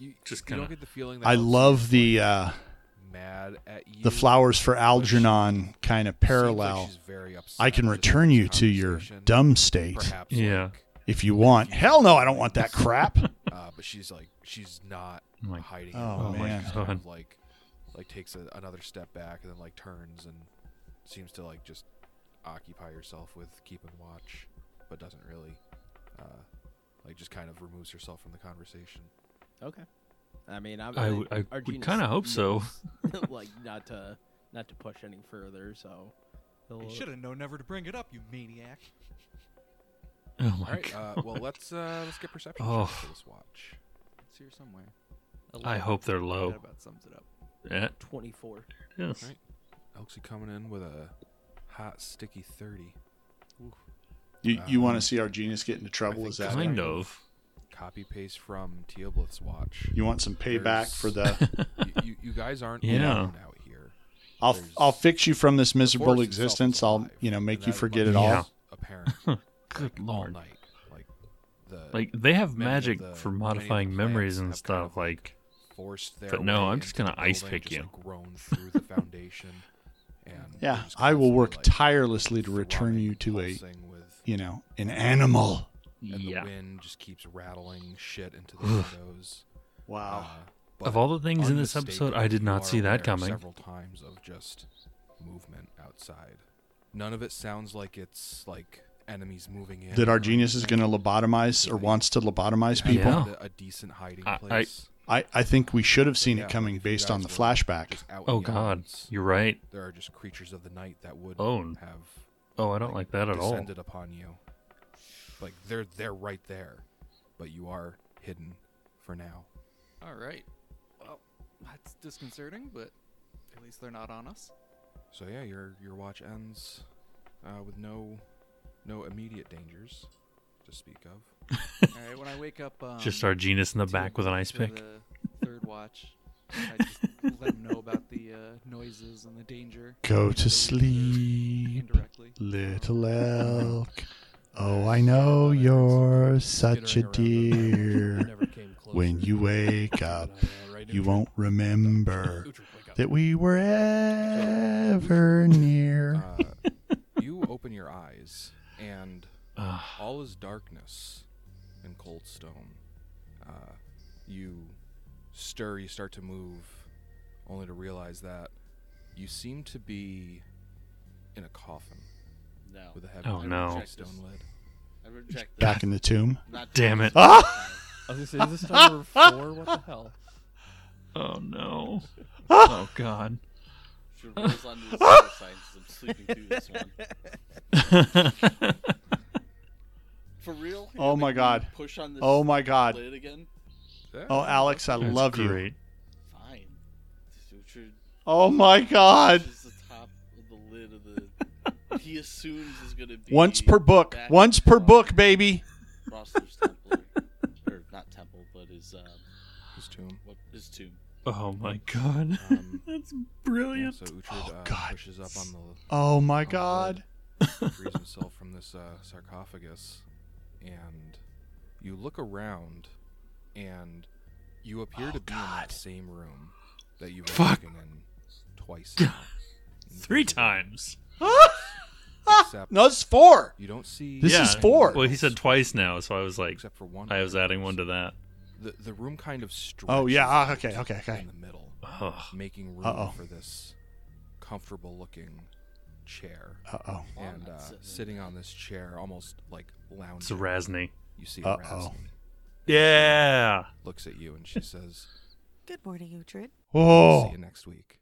S3: you,
S1: Just
S3: you don't
S1: kinda-
S3: get the feeling. That
S2: I
S3: Elsie is,
S2: love
S3: like,
S2: the uh,
S3: mad at you.
S2: the flowers for Algernon kind of
S3: Seems like
S2: parallel.
S3: she's very upset
S2: I can
S3: just
S2: return
S3: with
S2: you
S3: this
S2: to your
S3: conversation.
S2: dumb state
S3: Perhaps,
S1: Yeah.
S3: like, uh,
S2: if you want. Hell no, I don't want that crap.
S3: uh, but she's like she's not
S1: I'm like,
S3: hiding.
S2: Oh,
S3: it well. Like,
S2: man.
S3: she's kind of
S1: God.
S3: like like takes a, another step back and then like turns and seems to like just occupy herself with keeping watch, but doesn't really uh, like just kind of removes herself from the conversation.
S7: okay. I mean, I'm,
S1: I w- I
S7: our
S1: would
S7: genius
S1: kinda hope so.
S7: knows, like not to not to push any further, so
S5: You
S7: he'll-
S5: should have known never to bring it up, you maniac.
S1: oh my
S3: All right.
S1: god.
S3: Uh, well, let's uh, let's get perception
S1: Oh.
S3: checks for this watch.
S5: It's here somewhere.
S1: I hope they're
S5: That
S1: low.
S5: about sums it up.
S1: Yeah,
S7: 24.
S1: yes.
S3: Right. Elsie coming in with a hot sticky thirty.
S2: You, you want to see our genius get into trouble? Is that
S1: Kind
S2: right?
S1: of.
S3: Copy paste from Teoblith's watch.
S2: You want some payback
S3: There's-
S2: for the?
S3: you, you, you guys aren't
S1: Yeah.
S3: alone out here.
S2: I'll
S3: There's-
S2: I'll fix you from this
S3: The
S2: miserable
S3: forest itself is
S2: existence. I'll
S3: alive,
S2: you know
S3: and
S2: make you
S3: that
S2: forget
S3: much
S2: it
S1: Yeah.
S2: all.
S3: is Apparent.
S1: Good
S3: all
S1: lord.
S3: night. Like the
S1: Like they have
S3: Many of
S1: magic
S3: the-
S1: for
S3: many of the
S1: modifying memories
S3: plants
S1: and
S3: have kind
S1: stuff.
S3: of, like,
S1: Like
S3: forced their
S1: But no,
S3: way
S1: I'm just
S3: into the
S1: gonna ice
S3: building,
S1: pick
S3: just,
S1: you.
S3: Like, grown through the foundation. And
S2: Yeah,
S3: they're just
S2: I will
S3: constantly,
S2: work
S3: like,
S2: tirelessly to return
S3: throbbing,
S2: you to a
S3: pulsing with,
S2: you know an animal.
S3: and
S1: yeah.
S3: the wind just keeps rattling shit into the windows.
S2: Wow.
S3: Ah,
S1: Of all the things in this episode, I did not see that coming.
S3: Several times of just movement outside. None of it sounds like it's like enemies moving in.
S2: That our
S3: or
S2: genius is going to lobotomize or wants to lobotomize
S3: anything. You
S2: people.
S1: Yeah.
S3: have a- a decent hiding
S1: I- I-
S3: place.
S2: I, I think we should have seen
S3: Yeah,
S2: it coming
S3: if you
S2: based on
S3: guys
S2: the
S3: were
S2: flashback.
S3: just out in
S1: Oh
S3: the
S1: god.
S3: elements,
S1: You're right.
S3: There are just creatures of the night that would
S1: Oh.
S3: have
S1: Oh, I don't like that at all.
S3: descended upon you. Like they're they're right there, but you are hidden for now.
S5: All right. Well, that's disconcerting, but at least they're not on us.
S3: So yeah, your your watch ends uh, with no no immediate dangers to speak of.
S5: All right. When I wake up, um,
S1: Just our genus in the
S5: to-
S1: back with an ice
S5: to
S1: pick.
S5: The third watch. I just let him know about the uh, noises and the danger.
S2: Go to
S5: Those are
S2: sleep,
S5: Indirectly.
S2: little elk. Oh, I know you're such a dear.
S4: Never came close.
S2: When you wake up, you won't remember that we were ever near.
S3: Uh, you open your eyes, and
S1: Ah.
S3: all is darkness in Coldstone. Uh, you stir, you start to move, only to realize that you seem to be in a coffin
S9: No.
S3: with a heavy
S1: Oh, no.
S3: stone lid.
S9: I reject that.
S2: Back in the Ah! tomb.
S9: Not
S1: Damn it.
S4: I was gonna say, is this time number four? What the hell?
S1: Oh no.
S2: Ah!
S1: oh god.
S9: Should rolls on these dollar signs as I'm sleeping through this one. For real? You're
S2: Oh
S9: gonna
S2: my
S9: make me
S2: God.
S9: Push on this
S2: Oh my god.
S9: lid again?
S2: Oh, Alex, I
S1: That's
S2: love you.
S1: great.
S9: Fine. Just do what you're-
S2: Oh my god.
S9: This is the top of the lid of the. he assumes is going to be.
S2: Once per book.
S9: back
S2: Once per
S9: from
S2: book, baby.
S9: Rosler's temple. or not temple, but his, um,
S3: His tomb.
S9: what, his tomb.
S1: Oh my god.
S3: Um,
S1: That's
S3: yeah,
S1: brilliant.
S3: so Uhtred
S2: Oh,
S3: uh,
S2: God.
S3: pushes up on the
S2: Oh my
S3: the lid.
S2: god.
S3: frees himself from this uh, sarcophagus, and you look around, and you appear
S2: Oh,
S3: to be in
S2: God.
S3: that same room that you've
S1: Fuck.
S3: been in twice,
S1: God.
S3: now,
S1: Three times.
S3: except
S2: No, it's four.
S3: you don't see.
S2: This
S1: yeah.
S2: is four.
S1: Well, he said twice now, so I was like,
S3: except for one.
S1: I was adding one to that.
S3: The, the room kind of stretches.
S2: Oh yeah. ah,
S3: out
S2: Okay. Okay. Okay.
S3: In the middle,
S1: Ugh.
S3: making room
S2: Uh-oh.
S3: for this comfortable-looking chair,
S2: Uh oh.
S3: and uh, sitting on this chair, almost like lounging.
S1: It's a Razni.
S3: You see,
S2: Uh-oh.
S3: Rasni
S1: Yeah.
S3: looks at you, and she says.
S12: Good morning, Uhtred.
S3: See
S2: Oh
S3: you next week.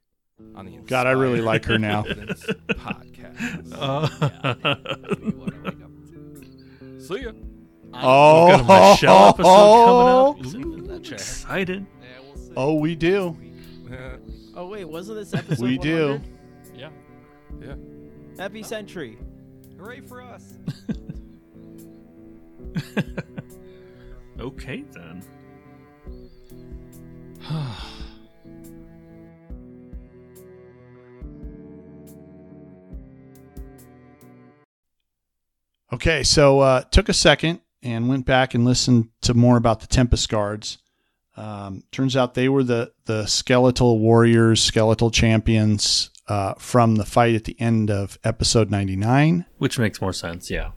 S3: On the
S2: God, I really
S3: Inspired
S2: like her now.
S3: Confidence podcast.
S1: Uh,
S3: See ya.
S2: Oh.
S1: Got a Michelle episode
S2: oh,
S1: coming up. Ooh, excited.
S5: Yeah, we'll see.
S2: Oh, we do.
S7: Oh wait, wasn't this episode?
S2: We do.
S7: 100?
S4: Yeah.
S7: Happy century.
S5: Hooray for us!
S1: Okay then.
S2: Okay, so uh, took a second and went back and listened to more about the Tempest Guards. Um, turns out they were the the skeletal warriors, skeletal champions uh, from the fight at the end of episode ninety nine.
S1: Which makes more sense, yeah.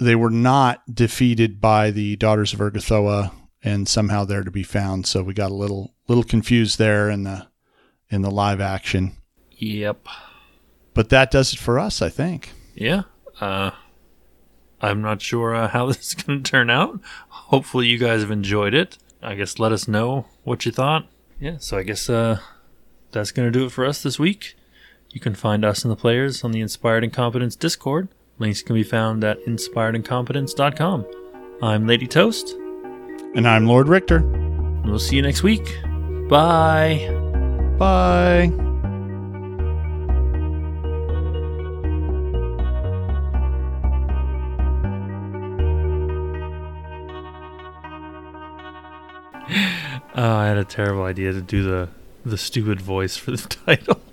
S2: They were not defeated by the Daughters of Ergothoa, and somehow they're to be found. So we got a little little confused there in the in the live action.
S1: Yep.
S2: But that does it for us, I think.
S1: Yeah. Uh, I'm not sure uh, how this is going to turn out. Hopefully, you guys have enjoyed it. I guess let us know what you thought. Yeah, so I guess uh, that's going to do it for us this week. You can find us and the players on the Inspired Incompetence Discord. Links can be found at inspiredincompetence.com. I'm Lady Toast,
S2: And I'm Lord Richter.
S1: and we'll see you next week. Bye.
S2: Bye.
S1: Oh, I had a terrible idea to do the the stupid voice for the title.